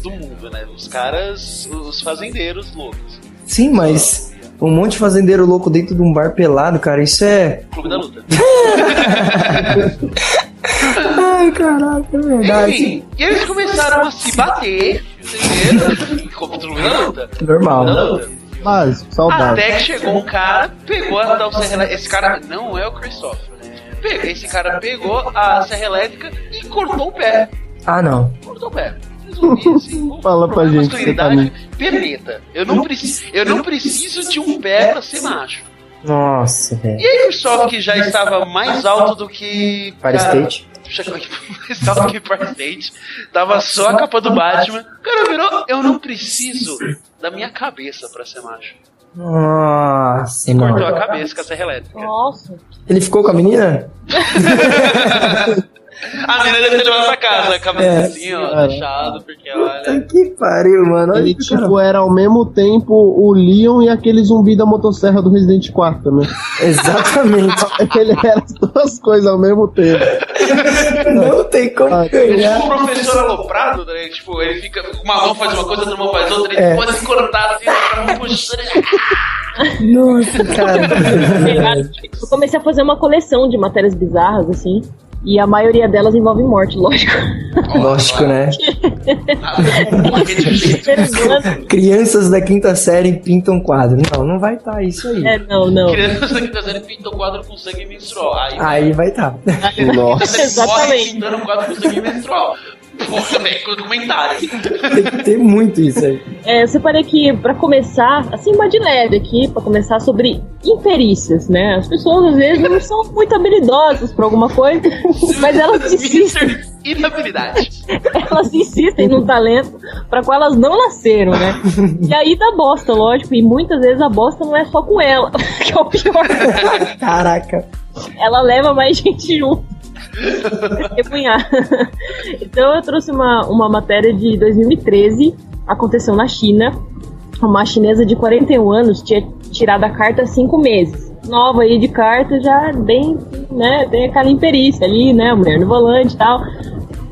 Speaker 1: do mundo, né? Os caras, os fazendeiros loucos.
Speaker 5: Sim, mas. Um monte de fazendeiro louco dentro de um bar pelado, cara. Isso é.
Speaker 1: Clube da luta.
Speaker 5: Ai, caraca, é verdade.
Speaker 1: Enfim, e eles começaram a se bater, entendeu? Contra o Clube da luta.
Speaker 5: Normal.
Speaker 1: Clube da luta.
Speaker 6: Básico, saudável.
Speaker 1: Até que chegou um cara, pegou a tal serra elétrica. Esse cara não é o Christopher. Pe- Esse cara pegou a serra elétrica e cortou o pé.
Speaker 5: Ah, não.
Speaker 1: Cortou o pé. Resumir, assim, com-
Speaker 6: Fala
Speaker 1: com
Speaker 6: pra gente que você tá
Speaker 1: Masculinidade, perneta. Eu não, preciso, eu não preciso de um pé pra ser macho.
Speaker 5: Nossa, velho.
Speaker 1: E aí, o Sop que já estava mais alto do que.
Speaker 5: Fire
Speaker 1: cara,
Speaker 5: State.
Speaker 1: já- mais alto que Fire State. Tava só a capa do Batman. O cara virou. Eu não preciso da minha cabeça pra ser macho.
Speaker 5: Nossa,
Speaker 1: Cortou a
Speaker 5: mano.
Speaker 1: cabeça com a serra elétrica.
Speaker 7: Nossa.
Speaker 5: Ele ficou com a menina?
Speaker 1: A menina deve ter levado pra casa, cabelo
Speaker 5: É.
Speaker 1: assim, ó, fechado, porque olha.
Speaker 5: Puta que pariu, mano. Olha
Speaker 6: Ele,
Speaker 5: que cara.
Speaker 6: tipo, era ao mesmo tempo o Leon e aquele zumbi da motosserra do Resident 4, né?
Speaker 5: Exatamente.
Speaker 6: Ele era as duas coisas ao mesmo tempo.
Speaker 5: Não tem como
Speaker 6: Ah,
Speaker 1: É
Speaker 5: ganhar.
Speaker 1: tipo um professor aloprado, né? Tipo, ele fica. Uma mão faz uma coisa, outra mão faz outra, ele
Speaker 5: É.
Speaker 1: pode cortar assim, tá puxando. ele-
Speaker 5: Nossa, cara.
Speaker 7: Eu comecei a fazer uma coleção de matérias bizarras, assim. E a maioria delas envolve morte, lógico.
Speaker 5: Lógico, né?
Speaker 1: Um
Speaker 7: Seres humanos-
Speaker 5: Crianças da quinta série pintam quadro. Não, não vai estar isso aí.
Speaker 7: É, não, não.
Speaker 1: Criança que tá sendo pinta o quadro com sangue menstrual. Aí,
Speaker 5: Aí vai estar.
Speaker 1: tá
Speaker 6: Nossa.
Speaker 1: sendo morre
Speaker 7: Exatamente.
Speaker 1: pintando o quadro com sangue menstrual. Porra, velho, com documentário.
Speaker 5: Tem que ter muito isso aí.
Speaker 7: É, eu separei aqui pra começar, assim, uma de leve aqui, pra começar sobre imperícias, né? As pessoas às vezes não são muito habilidosas pra alguma coisa, mas elas insistem,
Speaker 1: Mister Inabilidade.
Speaker 7: elas insistem num talento pra qual elas não nasceram, né? E aí dá bosta, lógico, e muitas vezes a bosta não é só com ela, que é o pior.
Speaker 5: Caraca.
Speaker 7: ela leva mais gente junto. Testemunhar. então eu trouxe uma, uma matéria de 2013, aconteceu na China. Uma chinesa de 41 anos tinha tirado a carta há 5 meses. Nova aí de carta, já bem, né, tem aquela imperícia ali, né, mulher no volante e tal.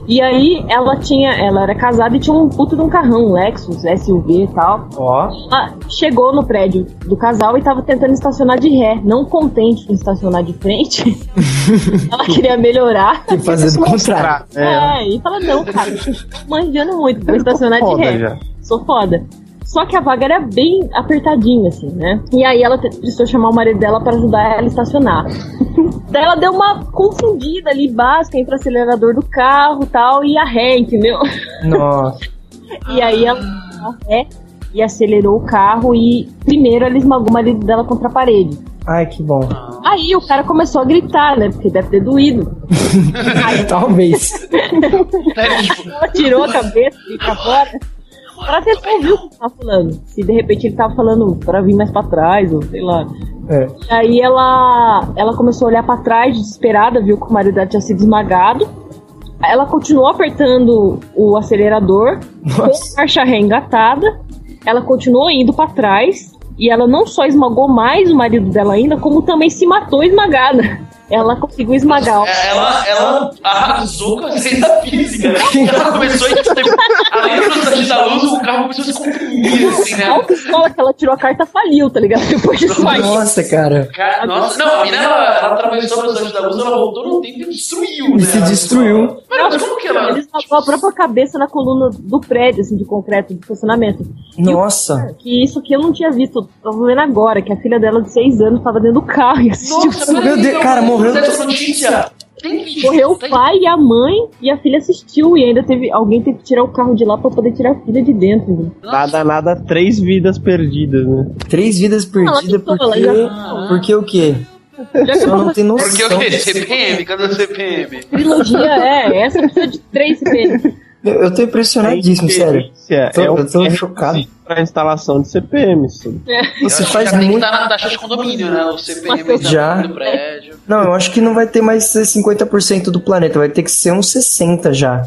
Speaker 7: E aí ela tinha, ela era casada e tinha um puto de um carrão, um Lexus, SUV e tal.
Speaker 5: Ó,
Speaker 7: Ela chegou no prédio do casal e tava tentando estacionar de ré. Não contente com estacionar de frente, ela queria melhorar.
Speaker 5: tem que fazer do contrário.
Speaker 7: É, e fala, não, cara, manjando muito, vou estacionar de ré. Sou foda. Só que a vaga era bem apertadinha, assim, né? E aí ela te- precisou chamar o marido dela pra ajudar ela a estacionar. Daí ela deu uma confundida ali básica entre o acelerador do carro e tal e a ré, entendeu?
Speaker 5: Nossa.
Speaker 7: E aí ela a ré e acelerou o carro e primeiro ela esmagou o marido dela contra a parede.
Speaker 5: Ai, que bom.
Speaker 7: Aí o cara começou a gritar, né? Porque deve ter doído.
Speaker 5: Talvez.
Speaker 1: Né, tipo,
Speaker 7: Ela tirou a cabeça e pra fora. Pra tentar ouvir o que tava falando. Se de repente ele tava falando pra vir mais pra trás, ou sei lá.
Speaker 5: É.
Speaker 7: E aí ela, ela começou a olhar pra trás, desesperada, viu que o marido dela tinha sido esmagado. Ela continuou apertando o acelerador,
Speaker 5: Nossa.
Speaker 7: com a marcha ré engatada. Ela continuou indo pra trás. E ela não só esmagou mais o marido dela ainda, como também se matou esmagada. Ela conseguiu esmagar.
Speaker 1: é, ela, ela arrasou com a receita física. né? Ela começou a tipo, além de precisar da luz, o carro começou a se comprimir, assim,
Speaker 7: A
Speaker 1: né?
Speaker 7: autoescola que ela tirou a carta faliu, tá ligado? Depois disso aí.
Speaker 5: Nossa, cara.
Speaker 1: Cara, nossa, não, a mina ela, ela atravessou a velocidade da luz, ela voltou no tempo e destruiu,
Speaker 5: E
Speaker 1: né?
Speaker 5: se
Speaker 1: Ela-
Speaker 5: destruiu.
Speaker 1: Mas como que ela.
Speaker 7: Ele esmagou a própria cabeça na coluna do prédio, assim, de concreto, de estacionamento.
Speaker 5: Nossa.
Speaker 7: Que isso que eu não tinha visto, tô vendo agora, que a filha dela de 6 anos tava dentro do carro e assistiu.
Speaker 1: Nossa, peraí,
Speaker 5: Meu Deus,
Speaker 1: então,
Speaker 5: cara, morreu
Speaker 1: Dessa
Speaker 5: do-
Speaker 1: notícia. Tem vídeo.
Speaker 7: Morreu o
Speaker 1: tem-
Speaker 7: pai e a mãe, e a filha assistiu, e ainda teve. Alguém teve que tirar o carro de lá pra poder tirar a filha de dentro. né?
Speaker 1: Nossa,
Speaker 6: Nada, nada, três vidas perdidas, né?
Speaker 5: Três vidas
Speaker 7: Ela
Speaker 5: perdidas
Speaker 7: tentou, ela
Speaker 5: porque. Porque o quê? Só não tem noção.
Speaker 1: Porque o quê? CPM? Cadê o CPM?
Speaker 7: Trilogia é, essa precisa de três CPs.
Speaker 5: Eu eu tô impressionadíssimo, sério.
Speaker 6: É,
Speaker 5: Tô-
Speaker 6: é um
Speaker 5: eu tô
Speaker 6: é
Speaker 5: chocado.
Speaker 6: Pra instalação de CPM, isso.
Speaker 5: Isso
Speaker 1: Eu acho
Speaker 5: faz
Speaker 1: que já tem tá que
Speaker 5: muito.
Speaker 1: estar na taxa de condomínio, né? O CPM tá
Speaker 5: Já.
Speaker 1: do prédio.
Speaker 5: Não, eu acho que não vai ter mais ser 50% do planeta, vai ter que ser uns 60 já.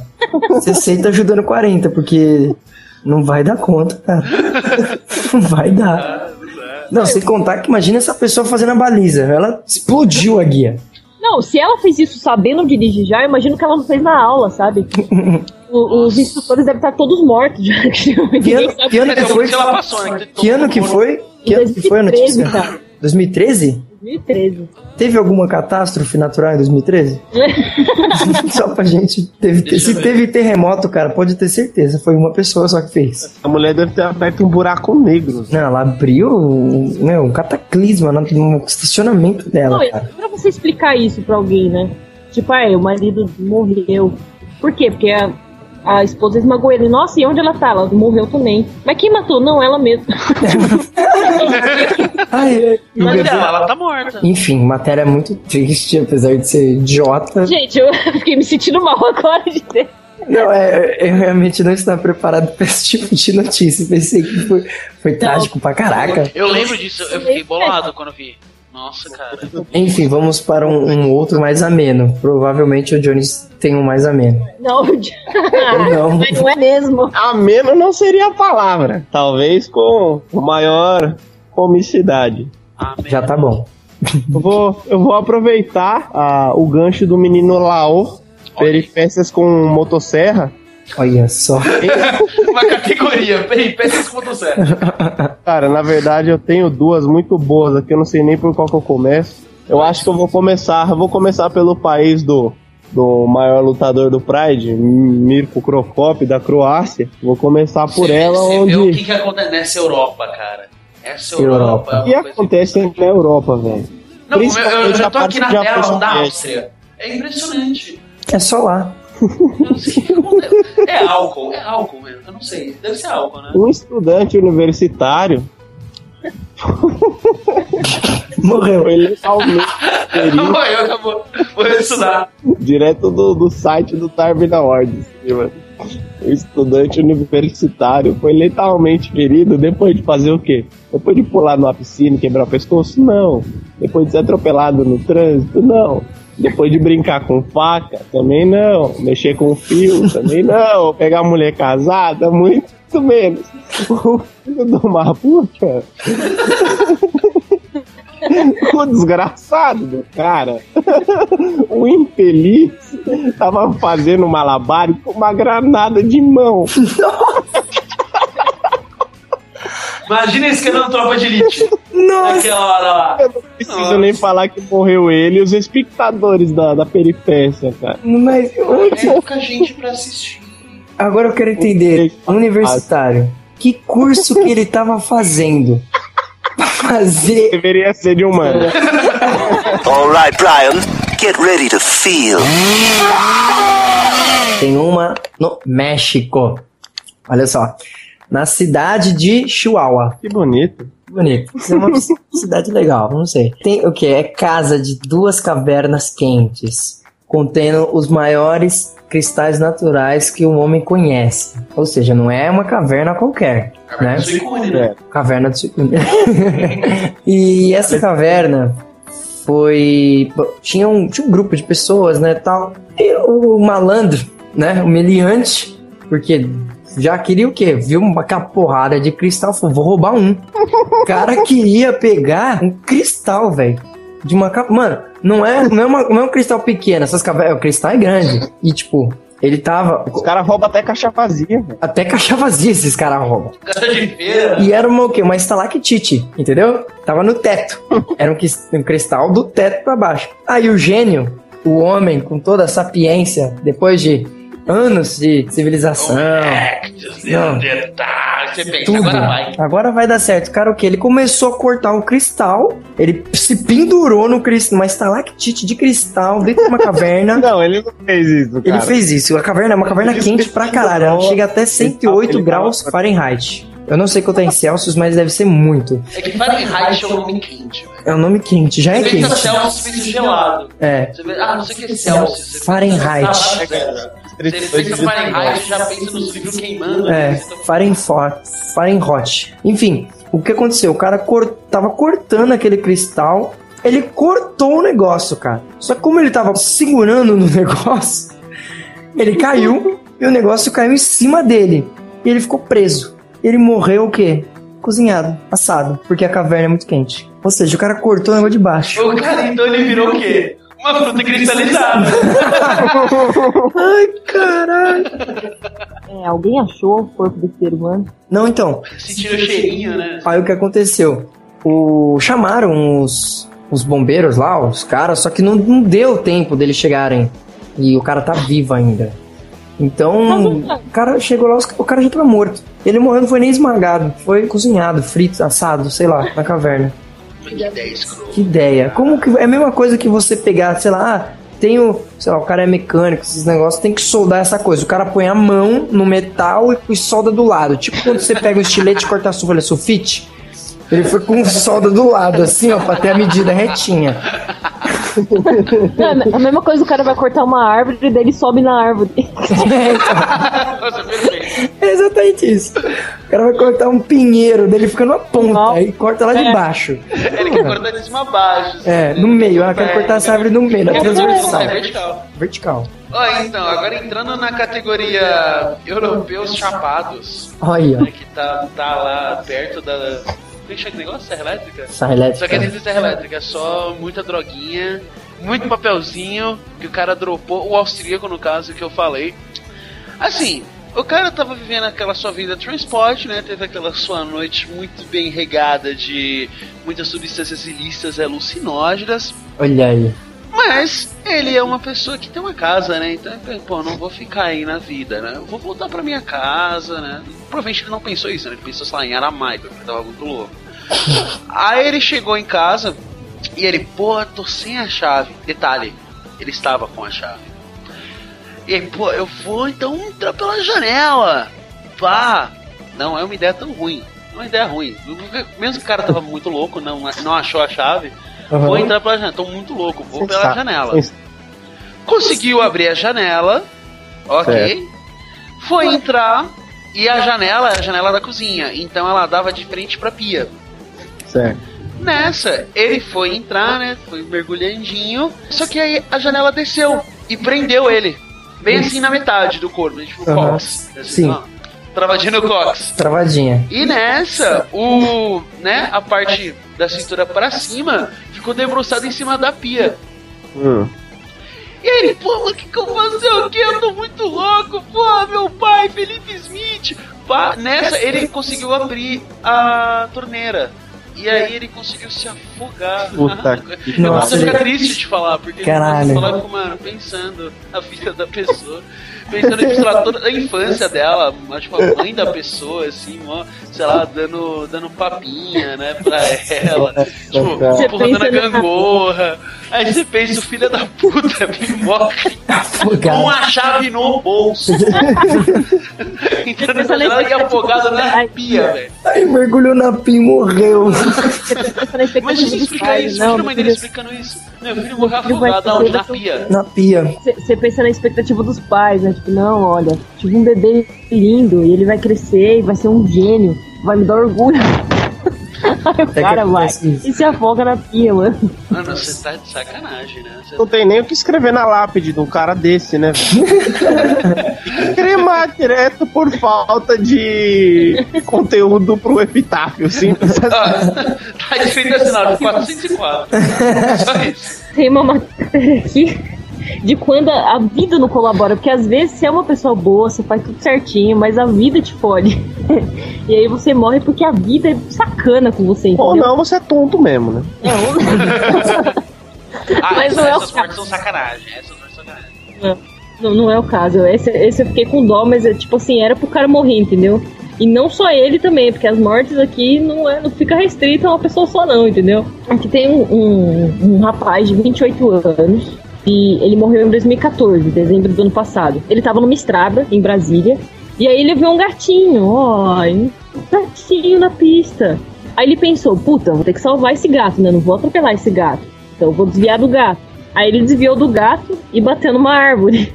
Speaker 5: 60 ajudando 40, porque não vai dar conta, cara. Não vai dar.
Speaker 1: É,
Speaker 5: Não, sem contar que imagina essa pessoa fazendo a baliza. Ela explodiu a guia.
Speaker 7: Não, se ela fez isso sabendo dirigir já, eu imagino que ela não fez na aula, sabe? O- os instrutores devem estar todos mortos já.
Speaker 5: Que
Speaker 7: Ninguém
Speaker 5: ano
Speaker 7: sabe.
Speaker 5: que, ano que
Speaker 1: Então,
Speaker 5: foi?
Speaker 1: porque ela passou, né?
Speaker 5: Que ano que foi? Que ano que foi a
Speaker 7: 2013,
Speaker 5: notícia?
Speaker 7: cara.
Speaker 5: 2013?
Speaker 7: 2013.
Speaker 5: Teve alguma catástrofe natural em 2013?
Speaker 7: É.
Speaker 5: só pra gente. Teve,
Speaker 1: Deixa eu
Speaker 5: se
Speaker 1: ver.
Speaker 5: teve terremoto, cara, pode ter certeza. Foi uma pessoa só que fez.
Speaker 6: A mulher deve ter aberto um buraco negro.
Speaker 5: Não, ela abriu um- meu, um cataclisma no- no estacionamento dela,
Speaker 7: Não, e
Speaker 5: cara.
Speaker 7: pra você explicar isso pra alguém, né? Tipo, ah, é, o marido morreu. Por quê? Porque a- A esposa esmagou ele. Nossa, e onde ela tá? Ela morreu também. Mas quem matou? Não, ela mesma.
Speaker 5: Ai, ai.
Speaker 1: Mas ela, ela tá morta.
Speaker 5: Ah, é. Enfim, matéria é muito triste, apesar de ser idiota.
Speaker 7: Gente, eu fiquei me sentindo mal agora de ter.
Speaker 5: Não, é, eu realmente não estava preparado pra esse tipo de notícia. Pensei que foi, foi trágico pra caraca.
Speaker 1: Eu lembro disso, eu fiquei bolado quando eu vi. Nossa, cara.
Speaker 5: Enfim, vamos para um, um outro mais ameno. Provavelmente o Jones tem um mais ameno.
Speaker 7: Não,
Speaker 5: Não.
Speaker 7: mas não é mesmo.
Speaker 6: Ameno não seria a palavra. Talvez com maior comicidade.
Speaker 1: Amém.
Speaker 5: Já tá bom.
Speaker 6: Eu vou, eu vou aproveitar ah, o gancho do menino Lao, peripécias com motosserra.
Speaker 5: Olha só.
Speaker 1: Uma categoria, peraí, peças com motosserra.
Speaker 6: Cara, na verdade eu tenho duas muito boas aqui, eu não sei nem por qual que eu começo. Eu acho que eu vou começar, eu vou começar pelo país do, do maior lutador do Pride, Mirko Krokop, da Croácia. Vou começar por
Speaker 1: Você-
Speaker 6: ela,
Speaker 1: você vê o
Speaker 6: onde...
Speaker 1: que, que acontece nessa Europa, cara. Essa
Speaker 5: Europa.
Speaker 1: Europa. é
Speaker 6: O
Speaker 1: uma
Speaker 6: que
Speaker 1: coisa
Speaker 6: acontece na Europa, velho?
Speaker 1: Não, como eu, eu já tô aqui na
Speaker 6: Principalmente
Speaker 1: tela
Speaker 6: a parte de
Speaker 1: da
Speaker 6: Japão.
Speaker 1: Áustria. É impressionante.
Speaker 5: É só lá.
Speaker 1: Eu não sei o que acontece. É álcool, é álcool mesmo. Eu não sei. Deve ser álcool, né?
Speaker 6: Um estudante universitário
Speaker 5: Morreu.
Speaker 6: foi legalmente ferido
Speaker 1: Morreu, acabou. Vou estudar.
Speaker 6: direto do, do site do Terminal Ordens. assim, O estudante universitário foi letalmente ferido depois de fazer o quê? Depois de pular numa piscina e quebrar o pescoço? Não. Depois de ser atropelado no trânsito? Não. Depois de brincar com faca? Também não. Mexer com fio? Também não. Pegar mulher casada? Muito menos. O filho do Mapuca? o desgraçado do cara o infeliz tava fazendo malabar com uma granada de mão.
Speaker 1: Imagina esse cara na tropa de elite. Naquela hora lá.
Speaker 6: Eu não preciso nem falar que morreu ele e os espectadores da, da peripécia, cara.
Speaker 5: Mas onde?
Speaker 1: É pouca gente pra assistir.
Speaker 5: Agora eu quero entender. Universitário. Que curso que ele tava fazendo? Pra fazer.
Speaker 6: Deveria ser de humano.
Speaker 9: All right, Brian, get ready to feel.
Speaker 5: Tem uma no México. Olha só. Na cidade de Chihuahua.
Speaker 6: Que bonito.
Speaker 5: Bonito. Isso é uma cidade legal, não sei. Tem o que? É casa de duas cavernas quentes, contendo os maiores cristais naturais que o homem conhece. Ou seja, não é uma caverna qualquer, né?
Speaker 1: Isso é icônico, né?
Speaker 5: Caverna do Suicune. e essa caverna foi. bom, Tinha um, tinha um grupo de pessoas, né? Tal. E o malandro, né? O meliante, porque já queria o quê? Viu uma aquela porrada de cristal, falou: vou roubar um. O cara queria pegar um cristal, velho. De uma capa. Mano, não é, não, é uma- não é um cristal pequeno, essas cavernas. O cristal é grande. E tipo, ele tava.
Speaker 6: Os caras roubam até caixa vazia, velho.
Speaker 5: Até caixa vazia esses caras roubam.
Speaker 1: Casa de feira.
Speaker 5: E era uma o quê? Uma estalactite, entendeu? Tava no teto. Era um, quis- um cristal do teto pra baixo. Aí o gênio, o homem com toda a sapiência, depois de anos de civilização, Não.
Speaker 1: Tá, você pensa,
Speaker 5: é tudo.
Speaker 1: agora vai.
Speaker 5: Agora vai dar certo. Cara, o que? Ele começou a cortar o cristal, ele se pendurou no cristal, uma estalactite de cristal dentro de uma caverna.
Speaker 6: Não, ele não fez isso,
Speaker 5: Ele
Speaker 6: cara.
Speaker 5: fez isso. A caverna é uma caverna
Speaker 6: Ele
Speaker 5: quente
Speaker 6: se
Speaker 5: pra caralho. Ela
Speaker 6: pendurou.
Speaker 5: chega até 108
Speaker 6: Ele tava-
Speaker 5: graus Fahrenheit. Eu não sei quanto é em Celsius, mas deve ser muito.
Speaker 1: É que Fahrenheit é um nome quente. velho.
Speaker 5: É um nome quente, já é
Speaker 1: Você tá pensa
Speaker 5: quente.
Speaker 1: Celsius, pensa gelado.
Speaker 5: É,
Speaker 1: Você pensa, ah, não sei o que é Celsius. Você pensa
Speaker 5: Fahrenheit.
Speaker 1: na Lacerda. Você pensa Fahrenheit, já pensa nos livros queimando.
Speaker 5: É,
Speaker 1: Você tá-
Speaker 5: Fahrenheit. Fahrenheit. Enfim, o que aconteceu? O cara cor- tava cortando aquele cristal, ele cortou o negócio, cara. Só que como ele tava segurando no negócio, ele caiu e o negócio caiu em cima dele. E ele ficou preso. Ele morreu o quê? Cozinhado, assado, porque a caverna é muito quente. Ou seja, o cara cortou o negócio de baixo.
Speaker 1: O cara, então ele virou o quê? Uma fruta cristalizada.
Speaker 5: Ai, caralho.
Speaker 7: É, alguém achou o corpo desse ser humano?
Speaker 5: Não, então,
Speaker 1: Sentindo o cheirinho, né?
Speaker 5: Aí o que aconteceu? O, chamaram os, os bombeiros lá, os caras, só que não, não deu tempo deles chegarem. E o cara tá vivo ainda. Então, o cara chegou lá, os- o cara já tava morto. Ele morreu, não foi nem esmagado, foi cozinhado, frito, assado, sei lá, na caverna.
Speaker 1: Que ideia escrota.
Speaker 5: Que ideia. Como que. É a mesma coisa que você pegar, sei lá, ah, tem o, sei lá, o cara é mecânico, esses negócios, tem que soldar essa coisa. O cara põe a mão no metal e, e solda do lado. Tipo quando você pega o estilete e corta a sua sulfite. Ele foi com solda do lado, assim, ó, pra ter a medida retinha.
Speaker 7: Não, é a mesma coisa, o cara vai cortar uma árvore e daí ele sobe na árvore.
Speaker 5: É, então. É exatamente isso. O cara vai cortar um pinheiro dele fica numa
Speaker 7: Não.
Speaker 5: ponta e corta lá de baixo.
Speaker 1: Ele quer cortar de cima a baixo.
Speaker 5: É, no meio. Ah, quero cortar essa árvore no meio, na
Speaker 1: É
Speaker 5: transversal.
Speaker 1: É vertical.
Speaker 5: Vertical.
Speaker 1: Ó, então, agora entrando na categoria europeus chapados,
Speaker 5: Olha,
Speaker 1: né, que tá, tá lá perto da. Como é que chama aquele negócio? Serra elétrica?
Speaker 5: essa
Speaker 1: Só que
Speaker 5: elétrica.
Speaker 1: nem de serra elétrica, é só muita droguinha, muito papelzinho que o cara dropou, o austríaco no caso que eu falei. Assim, o cara tava vivendo aquela sua vida transporte, né? Teve aquela sua noite muito bem regada de muitas substâncias ilícitas e alucinógenas,
Speaker 5: Olha aí.
Speaker 1: mas ele é uma pessoa que tem uma casa, né? Então, ele pensa, pô, não vou ficar aí na vida, né? Eu vou voltar pra minha casa, né? Provavelmente ele não pensou isso, né? Ele pensou, sei lá, em Aramaico, porque ele tava muito louco. aí ele chegou em casa e ele, pô, tô sem a chave. Detalhe, ele estava com a chave. E aí, pô, eu vou então entrar pela janela. Pá! Não é uma ideia tão ruim. É uma ideia ruim. Mesmo que o cara tava muito louco, não, não achou a chave,
Speaker 5: Aham.
Speaker 1: vou entrar pela janela. Tô muito louco, vou pela
Speaker 6: Sensato.
Speaker 1: janela. Conseguiu abrir a janela, ok. Foi entrar e a janela é a janela da cozinha, então ela dava de frente pra pia.
Speaker 6: Certo.
Speaker 1: Nessa, ele foi entrar, né? Foi mergulhandinho. Só que aí a janela desceu e prendeu ele. Bem assim na metade do corpo, né, tipo o
Speaker 5: Aham.
Speaker 1: Cox. Assim,
Speaker 5: Sim.
Speaker 1: ó, Travadinho no Cox.
Speaker 5: Travadinha.
Speaker 1: E nessa, o, né, a parte da cintura pra cima ficou debruçada em cima da pia.
Speaker 6: Hum.
Speaker 1: E aí ele, pô, mas o que, que eu vou fazer aqui? Eu tô muito louco, pô, meu pai, Felipe Smith. Pá, nessa, ele conseguiu abrir a torneira. E aí ele conseguiu se afogar.
Speaker 6: Puta que
Speaker 1: Eu
Speaker 5: Nossa,
Speaker 1: Nossa, fica
Speaker 5: ele-
Speaker 1: triste de falar, porque
Speaker 5: Caralho.
Speaker 1: eu falar com mano, pensando a vida da pessoa, pensando tipo, sei lá, toda a infância dela, tipo, a mãe da pessoa, assim, mó, sei lá, dando, dando papinha, né, pra ela. Tipo,
Speaker 6: cara.
Speaker 7: Você
Speaker 1: porra, dando a
Speaker 7: pensa na-
Speaker 1: gangorra. Aí você pensa, o filho da puta me morre com
Speaker 5: Cara,
Speaker 1: a chave no bolso. Entrando na
Speaker 7: pensa na
Speaker 1: janela e
Speaker 7: expectativa.
Speaker 1: afogada na
Speaker 7: Ai,
Speaker 1: pia, velho.
Speaker 5: aí mergulhou na pia e morreu.
Speaker 7: Você pensa na expectativa
Speaker 1: Imagina
Speaker 7: dos
Speaker 1: explicar
Speaker 7: pais,
Speaker 1: isso, imagina
Speaker 7: não,
Speaker 1: a
Speaker 7: meu
Speaker 1: mãe dele
Speaker 7: filho,
Speaker 1: explicando isso. Meu filho morreu
Speaker 7: filho vai
Speaker 1: afogado aonde?
Speaker 7: ser
Speaker 1: Na pia.
Speaker 5: Na pia.
Speaker 7: você você pensa na expectativa dos pais, né? Tipo, não, olha, tive um bebê lindo e ele vai crescer e vai ser um gênio, vai me dar orgulho. Aí o
Speaker 5: que
Speaker 7: cara vai
Speaker 5: acontece isso.
Speaker 7: e se afoga na pia, mano.
Speaker 1: Mano, você tá de sacanagem, né? Você
Speaker 6: Não tem nem o que escrever na lápide de um cara desse, né? velho? Cremar direto por falta de conteúdo pro epitáfio, simples assim.
Speaker 1: Ah, tá escrito assim, não, 404. Só isso.
Speaker 7: Tem uma matéria aqui de quando a a vida não colabora, porque às vezes você é uma pessoa boa, você faz tudo certinho, mas a vida te fode. E aí você morre porque a vida é sacana com você,
Speaker 6: Ou
Speaker 7: entendeu? É,
Speaker 6: não, você é tonto mesmo, né?
Speaker 1: Ah,
Speaker 7: Mas
Speaker 1: essas,
Speaker 7: não é o
Speaker 1: essas partes
Speaker 7: caso.
Speaker 1: são sacanagem. Essas partes são sacanagem.
Speaker 7: Não, não é o caso. Esse, esse eu fiquei com dó, mas é tipo assim, era pro cara morrer, entendeu? E não só ele também, porque as mortes aqui não, é, não fica restrita a uma pessoa só, não, entendeu? Aqui tem um, um, um rapaz de 28 anos. E ele morreu em 2014, em dezembro do ano passado. Ele tava numa estrada em Brasília. E aí ele viu um gatinho, ó, um gatinho na pista. Aí ele pensou, puta, vou ter que salvar esse gato, né? Não vou atropelar esse gato. Então eu vou desviar do gato. Aí ele desviou do gato e bateu numa árvore.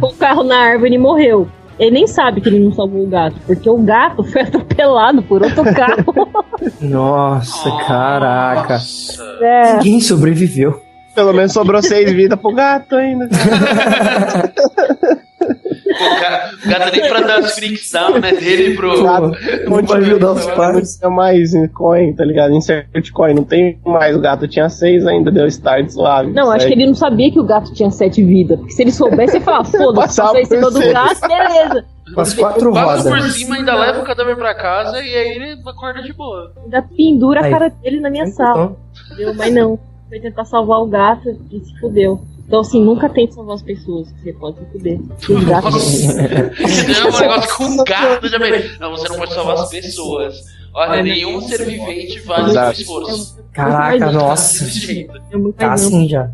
Speaker 7: Com o carro na árvore e morreu. Ele nem sabe que ele não salvou o gato, porque o gato foi atropelado por outro carro.
Speaker 5: Nossa, caraca.
Speaker 1: Nossa.
Speaker 7: É.
Speaker 5: Ninguém sobreviveu.
Speaker 6: Pelo menos sobrou seis vidas pro gato ainda.
Speaker 1: Pô, o ga- o gato nem pra dar as fricção, né, dele pro...
Speaker 6: Gato.
Speaker 5: Não pra ajudar os pais.
Speaker 6: É mais em coin, tá ligado? Insert coin, não tem mais. O gato tinha seis ainda, deu start suave.
Speaker 7: Não, acho que ele não sabia que o gato tinha sete vidas. Porque se ele soubesse, ele falava, foda-se,
Speaker 6: Passava
Speaker 7: passei em cima
Speaker 6: por
Speaker 7: do
Speaker 6: cima.
Speaker 7: gato, beleza.
Speaker 5: Com as quatro
Speaker 1: Passa por
Speaker 5: rodas.
Speaker 1: cima, ainda leva o cadáver pra casa e aí ele acorda de boa.
Speaker 7: Ainda pendura
Speaker 5: Aí. então.
Speaker 7: a cara dele na minha sala. Entendeu? Mas não. Foi tentar salvar o gato e se fudeu. Então, assim, nunca tente salvar as pessoas. que Você pode se fuder. Porque Os gatos.
Speaker 1: Não, um negócio com um gato de abelha. Não, você não pode salvar as pessoas. Olha, é nenhum ser vivente vale o seu
Speaker 6: Exato.
Speaker 1: esforço.
Speaker 5: Caraca, nossa.
Speaker 1: Desse jeito.
Speaker 7: É muito
Speaker 5: Tá
Speaker 7: mais
Speaker 5: assim já.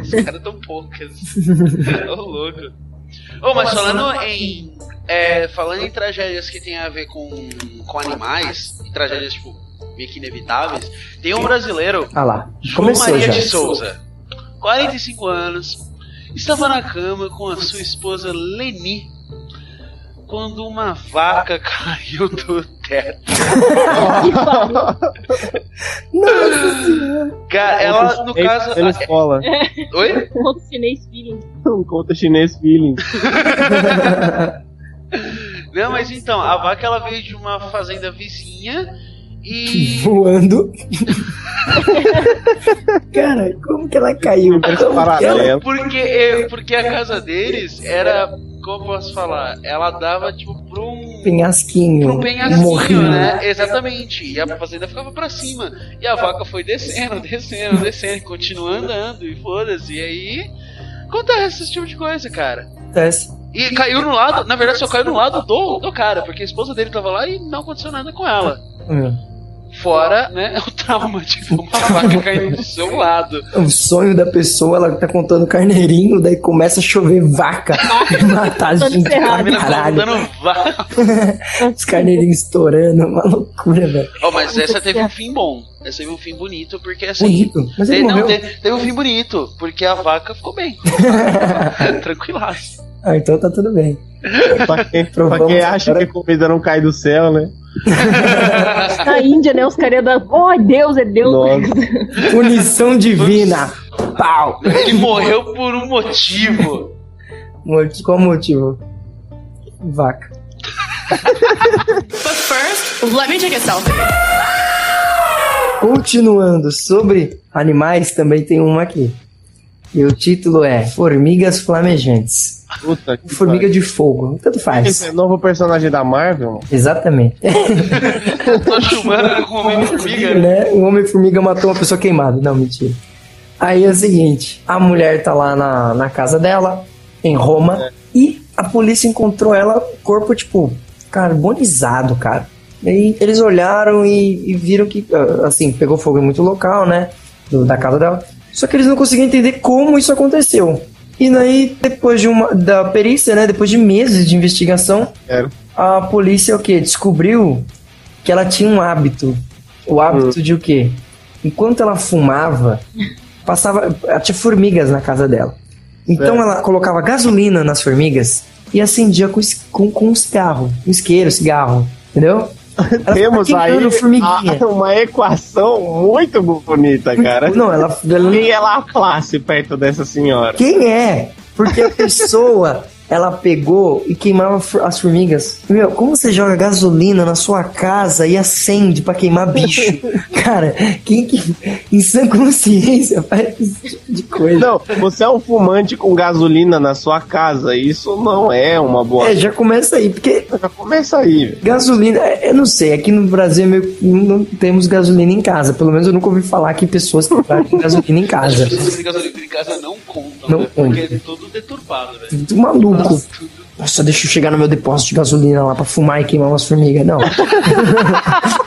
Speaker 1: Os caras é tão poucas. Ô, é um louco. Ô, mas falando em. é, falando em tragédias que tem a ver com, com animais, e tragédias, tipo, meio que inevitáveis, tem um brasileiro,
Speaker 5: Ah lá,
Speaker 1: João
Speaker 5: começou
Speaker 1: Maria
Speaker 5: já.
Speaker 1: de Souza, 45 anos, estava na cama com a sua esposa Leni quando uma vaca caiu do teto.
Speaker 5: Nossa senhora.
Speaker 1: Cara, ela, no caso. é-
Speaker 6: Pela escola.
Speaker 1: Oi?
Speaker 7: Conto chinês feeling.
Speaker 6: Não conta chinês feeling.
Speaker 1: Não, mas então, a vaca ela veio de uma fazenda vizinha e.
Speaker 5: Voando. Cara, como que ela caiu? Como que ela...
Speaker 6: Paralelo.
Speaker 1: Porque, é, porque a casa deles era. Como eu posso falar? Ela dava tipo pra um.
Speaker 5: Penhasquinho.
Speaker 1: pra um penhasquinho,
Speaker 5: morrinho.
Speaker 1: né? Exatamente. E a fazenda ficava pra cima. E a vaca foi descendo, descendo, descendo, e continua andando, e foda-se. E aí. Acontece esse tipo de coisa, cara.
Speaker 5: Acontece.
Speaker 1: E caiu no lado, na verdade, só caiu no lado do, do cara, porque a esposa dele tava lá e não aconteceu nada com ela.
Speaker 5: Hum.
Speaker 1: Fora, né, o trauma de ver uma vaca caindo do seu lado.
Speaker 5: O sonho da pessoa, ela tá contando carneirinho, daí começa a chover vaca. Matar
Speaker 7: Todo
Speaker 5: gente pra
Speaker 1: A
Speaker 7: ferrado.
Speaker 1: mina
Speaker 5: caralho.
Speaker 1: contando vaca.
Speaker 5: Os carneirinhos estourando, uma loucura, velho.
Speaker 1: Oh, mas essa teve um fim bom. Essa teve um fim bonito, porque assim.
Speaker 5: Bonito. Mas ele
Speaker 1: teve, não,
Speaker 5: morreu.
Speaker 1: teve, teve um fim bonito, porque a vaca ficou bem. Tranquilaço.
Speaker 5: Ah, então tá tudo bem.
Speaker 6: Pra quem, pra
Speaker 5: Provamos
Speaker 6: quem acha
Speaker 5: agora.
Speaker 6: que a comida não cai do céu, né?
Speaker 7: Na Índia, né? Os caras da. Oh, é Deus, é Deus.
Speaker 6: Nossa.
Speaker 5: Punição divina. Pau.
Speaker 1: Ele morreu por um motivo.
Speaker 5: Moti- Qual o motivo? Vaca.
Speaker 10: But first, let me take a selfie.
Speaker 5: Continuando sobre animais, também tem uma aqui. E o título é Formigas Flamejantes.
Speaker 6: Puta que
Speaker 5: Formiga
Speaker 6: pariu.
Speaker 5: de fogo. Tanto
Speaker 6: Esse
Speaker 5: faz.
Speaker 6: é novo personagem da Marvel, mano.
Speaker 5: Exatamente.
Speaker 1: Tô chumando com uma formiga.
Speaker 5: né? Um homem-formiga matou uma pessoa queimada. Não, mentira. Aí é o seguinte: a mulher tá lá na, na casa dela, em Roma, e a polícia encontrou ela, corpo, tipo, carbonizado, cara. E aí eles olharam e, e viram que, ah, assim, pegou fogo em muito local, né? do- da casa dela. Só que eles não conseguiam entender como isso aconteceu. E daí, depois de uma, da perícia, né? Depois de meses de investigação,
Speaker 6: Era.
Speaker 5: a polícia o quê? Descobriu que ela tinha um hábito. O hábito de o quê? Enquanto ela fumava, passava. ela Tinha formigas na casa dela. Então
Speaker 6: Certo.
Speaker 5: ela colocava gasolina nas formigas e acendia com, es- com, com um cigarro, um isqueiro, cigarro, entendeu? Ela
Speaker 6: Temos
Speaker 5: ficava
Speaker 6: aí
Speaker 5: queimando formiguinha.
Speaker 6: a- uma equação muito bonita, cara.
Speaker 5: Não, ela, ela
Speaker 6: Quem é Laplace perto dessa senhora?
Speaker 5: Quem é? Porque a pessoa, ela pegou e queimava fo- as formigas. Meu, como você joga gasolina na sua casa e acende pra queimar bicho? Cara, quem que em sã consciência faz esse tipo de coisa?
Speaker 6: Não, você é um fumante com gasolina na sua casa. Isso não é uma boa.
Speaker 5: É, já começa aí, porque
Speaker 6: Já começa aí, velho.
Speaker 5: gasolina, é, eu não sei, aqui no Brasil é meio que não não temos gasolina em casa. Pelo menos eu nunca ouvi falar que pessoas que trazem gasolina em
Speaker 1: As
Speaker 5: casa.
Speaker 1: pessoas que ligam em casa não contam,
Speaker 5: Não
Speaker 1: né? Porque
Speaker 5: contam.
Speaker 1: é tudo deturpado, velho.
Speaker 5: Muito maluco.
Speaker 1: Nossa, tudo.
Speaker 5: Nossa, deixa eu chegar no meu depósito de gasolina lá pra fumar e queimar umas formigas. Não.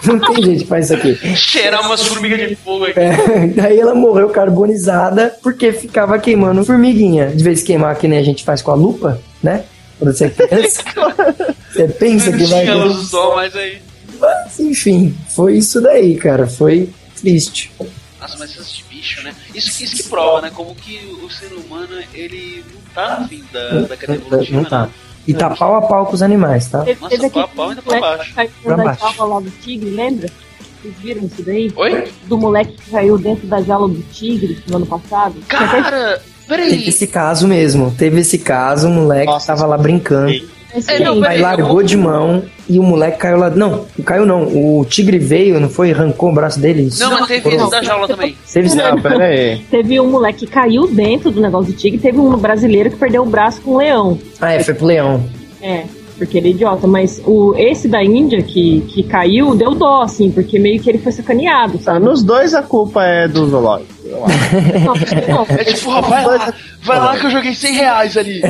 Speaker 5: não tem gente que faz isso aqui.
Speaker 1: Cheirar umas formigas de fogo aqui.
Speaker 5: É, daí ela morreu carbonizada porque ficava queimando formiguinha. De vez em queimar, que nem a gente faz com a lupa, né? Quando você pensa. você pensa
Speaker 1: Não
Speaker 5: que vai.
Speaker 1: tinha luz do sol, mas aí.
Speaker 5: Mas, enfim, foi isso daí, cara. Foi triste.
Speaker 1: Nossa, mas essas de bicho, né? Isso, isso que prova, né? Como que o ser humano, ele não tá no fim da, da cadeia evolutiva,
Speaker 5: Não tá.
Speaker 1: né?
Speaker 5: E tá pau a pau com os animais, tá?
Speaker 7: Teve,
Speaker 1: Nossa,
Speaker 7: teve aquele
Speaker 1: pau a pau ainda pra
Speaker 7: moleque
Speaker 1: baixo.
Speaker 7: que caiu
Speaker 5: Pra
Speaker 7: da
Speaker 5: baixo.
Speaker 7: jaula lá do tigre, lembra? Vocês viram isso daí?
Speaker 1: Oi?
Speaker 7: Do moleque que caiu dentro da jaula do tigre no ano passado?
Speaker 1: Cara,
Speaker 5: Teve
Speaker 1: peraí.
Speaker 5: esse caso mesmo. Teve esse caso, um moleque
Speaker 6: Nossa,
Speaker 5: tava lá brincando.
Speaker 7: Esse
Speaker 1: É,
Speaker 7: daí.
Speaker 1: não, mas-
Speaker 5: Aí largou de mão e o moleque caiu lá. Não, não caiu não. O tigre veio, não foi? Arrancou o braço dele.
Speaker 1: Não, mas teve
Speaker 5: Não.
Speaker 1: esse da jaula também.
Speaker 5: Teve isso, é
Speaker 6: Não, pera aí.
Speaker 7: Teve um moleque que caiu dentro do negócio do tigre, teve um brasileiro que perdeu o braço com um leão.
Speaker 5: Ah, é, foi pro leão.
Speaker 7: É, porque ele é idiota. Mas o, esse da Índia que, que caiu deu dó, assim, porque meio que ele foi sacaneado.
Speaker 6: Tá,
Speaker 7: Sabe?
Speaker 6: nos dois a culpa é do zoológico.
Speaker 1: Eu acho. é tipo, rapaz, vai lá, vai lá que eu joguei 100 reais ali.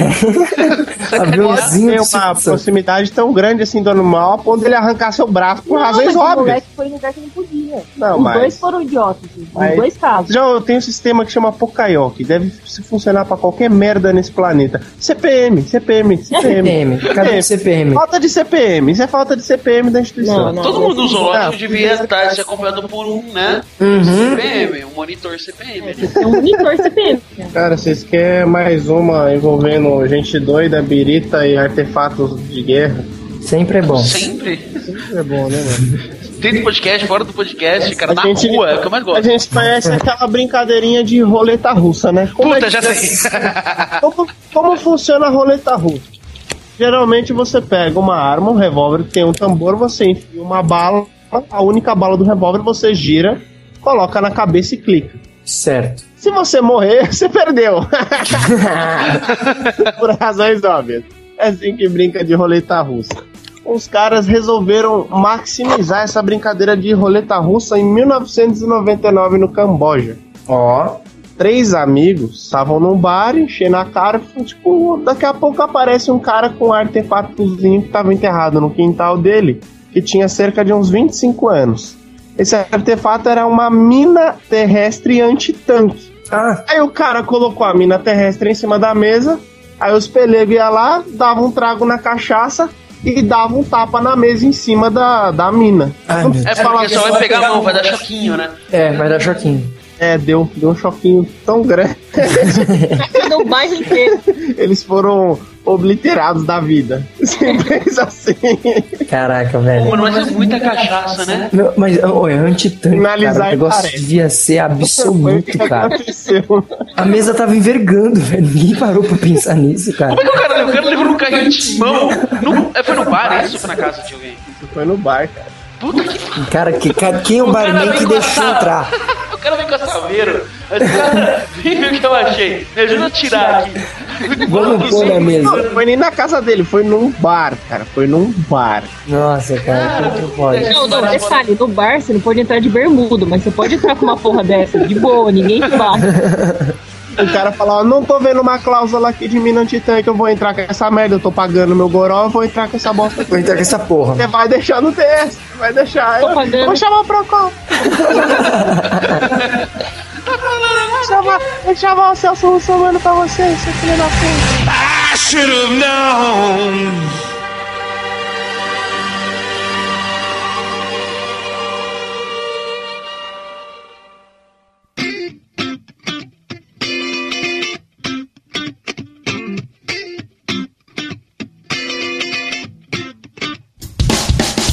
Speaker 6: Aviãozinho tem uma proximidade tão grande assim do animal a ponto dele arrancar seu braço por
Speaker 7: Não,
Speaker 6: razões
Speaker 7: mas o
Speaker 6: óbvias.
Speaker 7: moleque foi no lugar que não podia.
Speaker 6: Não,
Speaker 7: Os
Speaker 6: mas-
Speaker 7: dois foram idiotas, assim,
Speaker 6: Mas-
Speaker 7: os dois casos.
Speaker 6: Já eu tenho um sistema que chama Pocayo, que deve se funcionar pra qualquer merda nesse planeta. CPM,
Speaker 7: É
Speaker 6: CPM, CPM.
Speaker 5: CPM, cadê o CPM?
Speaker 6: Falta de CPM, isso é falta de CPM da instituição.
Speaker 7: Não, não.
Speaker 1: Todo mundo no zoológico
Speaker 6: Ah,
Speaker 1: devia estar se acompanhando por um, né?
Speaker 5: Uhum.
Speaker 1: CPM, um monitor CPM.
Speaker 7: É um monitor CPM. cara.
Speaker 6: Cara, vocês querem mais uma envolvendo gente doida, birita e artefatos de guerra?
Speaker 5: Sempre é bom.
Speaker 1: Sempre.
Speaker 6: É bom, né, mano?
Speaker 1: Dentro do podcast, fora do podcast, cara,
Speaker 6: A
Speaker 1: na
Speaker 6: gente-
Speaker 1: rua, é o que eu mais
Speaker 6: A
Speaker 1: gosto.
Speaker 6: gente conhece aquela brincadeirinha de roleta russa, né? Como
Speaker 1: Puta,
Speaker 6: é que-
Speaker 1: já sei.
Speaker 6: Como, como funciona a roleta russa? Geralmente você pega uma arma, um revólver que tem um tambor, você enfia uma bala, a única bala do revólver você gira, coloca na cabeça e clica.
Speaker 5: Certo.
Speaker 6: Se você morrer, você perdeu. Por razões óbvias. É assim que brinca de roleta russa. Os caras resolveram maximizar essa brincadeira de roleta russa em 1999 no Camboja.
Speaker 5: Ó,
Speaker 6: Três amigos estavam num bar, enchendo a cara, e, tipo, daqui a pouco aparece um cara com um artefatozinho que estava enterrado no quintal dele, que tinha cerca de uns 25 anos. Esse artefato era uma mina terrestre antitanque.
Speaker 5: ah,
Speaker 6: Aí o cara colocou a mina terrestre em cima da mesa, aí os pelegos iam lá, davam um trago na cachaça e davam um tapa na mesa em cima da, da mina.
Speaker 5: Ai,
Speaker 6: Não
Speaker 5: meu
Speaker 1: É
Speaker 6: precisa falar
Speaker 1: porque só vai pegar a mão, vai dar
Speaker 6: um-
Speaker 1: choquinho, né?
Speaker 5: é, vai dar choquinho.
Speaker 6: É, deu, deu um choquinho tão grande.
Speaker 7: Todo o bairro inteiro.
Speaker 6: Eles foram obliterados da vida. Simples assim.
Speaker 5: Caraca,
Speaker 1: Pô,
Speaker 5: velho.
Speaker 1: mano, mas é muita cachaça, né?
Speaker 5: Meu, mas, ô, é antitanque, cara.
Speaker 6: Finalizar
Speaker 5: O
Speaker 6: e
Speaker 5: negócio
Speaker 6: parece.
Speaker 5: devia ser
Speaker 6: Foi o que é.
Speaker 5: absoluto, cara.
Speaker 6: aconteceu.
Speaker 5: A mesa tava envergando, velho. Ninguém parou pra pensar nisso, cara.
Speaker 1: Como é que o cara, o cara levou um carrinho de timão? No, é, foi no bar isso? Foi na casa de alguém?
Speaker 6: Isso foi no bar, cara.
Speaker 1: Puta que
Speaker 5: Cara, que, cara, quem é o
Speaker 1: O cara
Speaker 5: barman
Speaker 1: vem
Speaker 5: que
Speaker 1: com a
Speaker 5: deixou
Speaker 1: sala.
Speaker 5: entrar?
Speaker 1: O cara vem com a saveira. Mas o cara, vem ver o que eu achei. Me ajuda a tirar aqui.
Speaker 5: Vamos pôr na
Speaker 6: Não,
Speaker 5: mesa.
Speaker 6: não foi nem na casa dele, foi num bar, cara. Foi num bar.
Speaker 5: Nossa, cara, é que que pode?
Speaker 7: Não, não, detalhe, no bar você não pode entrar de bermudo, mas você pode entrar com uma porra dessa, de boa, ninguém te bate.
Speaker 6: O cara falava, não tô vendo uma cláusula aqui de mina antitanque, eu vou entrar com essa merda, eu tô pagando meu goró, eu vou entrar com essa bosta aqui.
Speaker 5: Vou entrar com essa porra.
Speaker 6: Você vai deixar no TS, vai deixar.
Speaker 7: Tô
Speaker 6: Eu-
Speaker 7: pagando.
Speaker 6: Vou chamar o Procon. Vou chamar, vou chamar o Celso Russomano pra você, seu filho da puta.
Speaker 4: I should have known.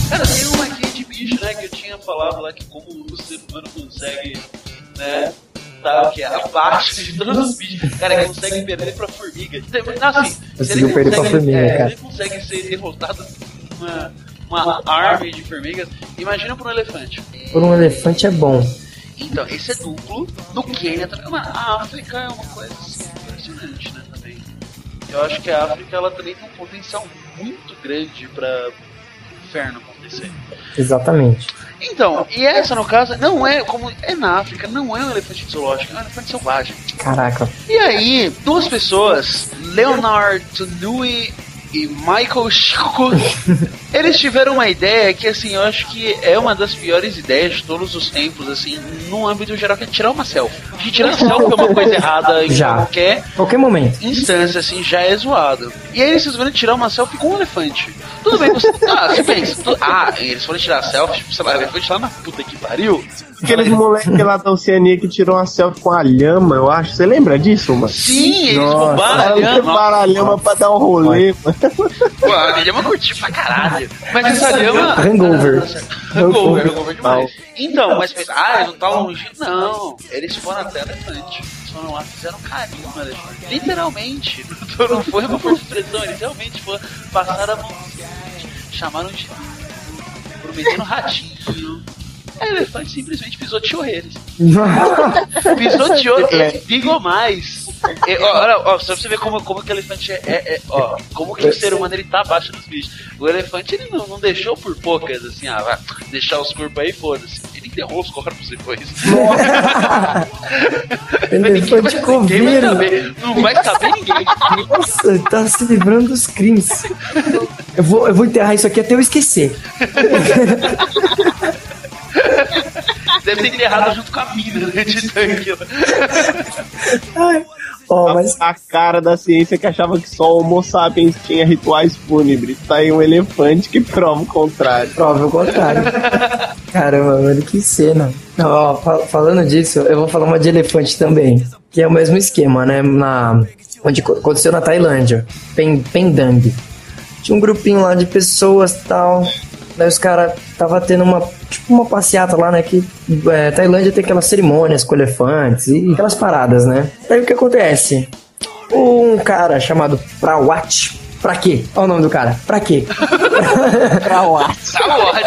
Speaker 1: Cara, tem uma aqui de bicho, né? Que eu tinha falado lá que como o ser humano consegue, né? Tá, o que é? Abaixo de todos os bichos. Cara, que consegue perder pra formiga. Não, assim, se ele
Speaker 5: Conseguiu perder pra
Speaker 1: consegue-
Speaker 5: formiga,
Speaker 1: é, se
Speaker 5: cara.
Speaker 1: ele consegue ser derrotado por uma, uma arma de formigas, imagina pra um elefante.
Speaker 5: Por um elefante é bom.
Speaker 1: Então, esse é duplo do Quênia também. Mano, a África é uma coisa assim, impressionante, né? Também. Eu acho que a África ela também tem um potencial muito grande pra inferno acontecer.
Speaker 5: Exatamente.
Speaker 1: Então, e essa no caso, não é como é na África, não é um elefante zoológico, é um elefante selvagem.
Speaker 5: Caraca.
Speaker 1: E aí, duas pessoas, Leonardo Nui e Michael Chico, eles tiveram uma ideia que, assim, eu acho que é uma das piores ideias de todos os tempos, assim, no âmbito geral, que é tirar uma selfie. Porque tirar selfie é uma coisa errada em
Speaker 5: Já.
Speaker 1: qualquer
Speaker 5: Qualquer momento.
Speaker 1: instância, assim, já é zoado. E aí eles resolveram tirar uma selfie com um elefante. Tudo bem, você. Ah, você pensa. tu- ah, eles foram tirar selfie, tipo, sei lá, elefante lá na puta que pariu.
Speaker 6: Aqueles moleques lá da Oceania que tirou uma selfie com a lhama, eu acho. Você lembra disso, mano?
Speaker 1: Sim, eles
Speaker 6: Nossa,
Speaker 1: roubaram a lhama.
Speaker 6: levaram a lhama pra dar um rolê, mano.
Speaker 1: Pô, a lhama eu curti pra caralho. Mas essa lhama.
Speaker 5: Hangover.
Speaker 1: Hangover, hangover demais. Então, mas pensa, ah, eles não tá longe. Não, eles foram até elefante. Eles foram lá, fizeram carinho no elefante. Literalmente. Não foi uma força de expressão, eles realmente foram, passaram a mão. Chamaram de. Prometendo ratinho. elefante simplesmente pisoteou eles. pisoteou eles, digo mais. É, ó, olha, ó, só pra você ver como, como que o elefante é, é- é, ó, como que o ser humano ele tá abaixo dos bichos. O elefante ele não, não deixou por poucas, assim, ah, vai deixar os corpos aí, foda-se. Ele enterrou os corpos depois.
Speaker 5: Elefante
Speaker 1: Ninguém vai
Speaker 5: coveiro.
Speaker 1: saber, não vai saber ninguém.
Speaker 5: Nossa, ele tá se livrando dos crimes. Eu vou, eu vou enterrar isso aqui até eu esquecer.
Speaker 1: Deve ter enterrado junto com a mina né, de tanque.
Speaker 5: Ai. Ó, mas
Speaker 6: A cara da ciência que achava que só Homo sapiens tinha rituais fúnebres. Tá aí um elefante que prova o contrário.
Speaker 5: prova o contrário. Caramba, mano, que cena. Não, ó, fa- falando disso, eu vou falar uma de elefante também. Que é o mesmo esquema, né? Na, onde co- aconteceu na Tailândia. Pen, Pendang. Tinha um grupinho lá de pessoas tal. Daí os caras tava tendo uma, tipo, uma passeata lá, né? Que é, Tailândia tem aquelas cerimônias com elefantes e aquelas paradas, né? Daí o que acontece? Um cara chamado Prawat. Pra quê? Olha o nome do cara. Pra quê?
Speaker 1: Tá ótimo.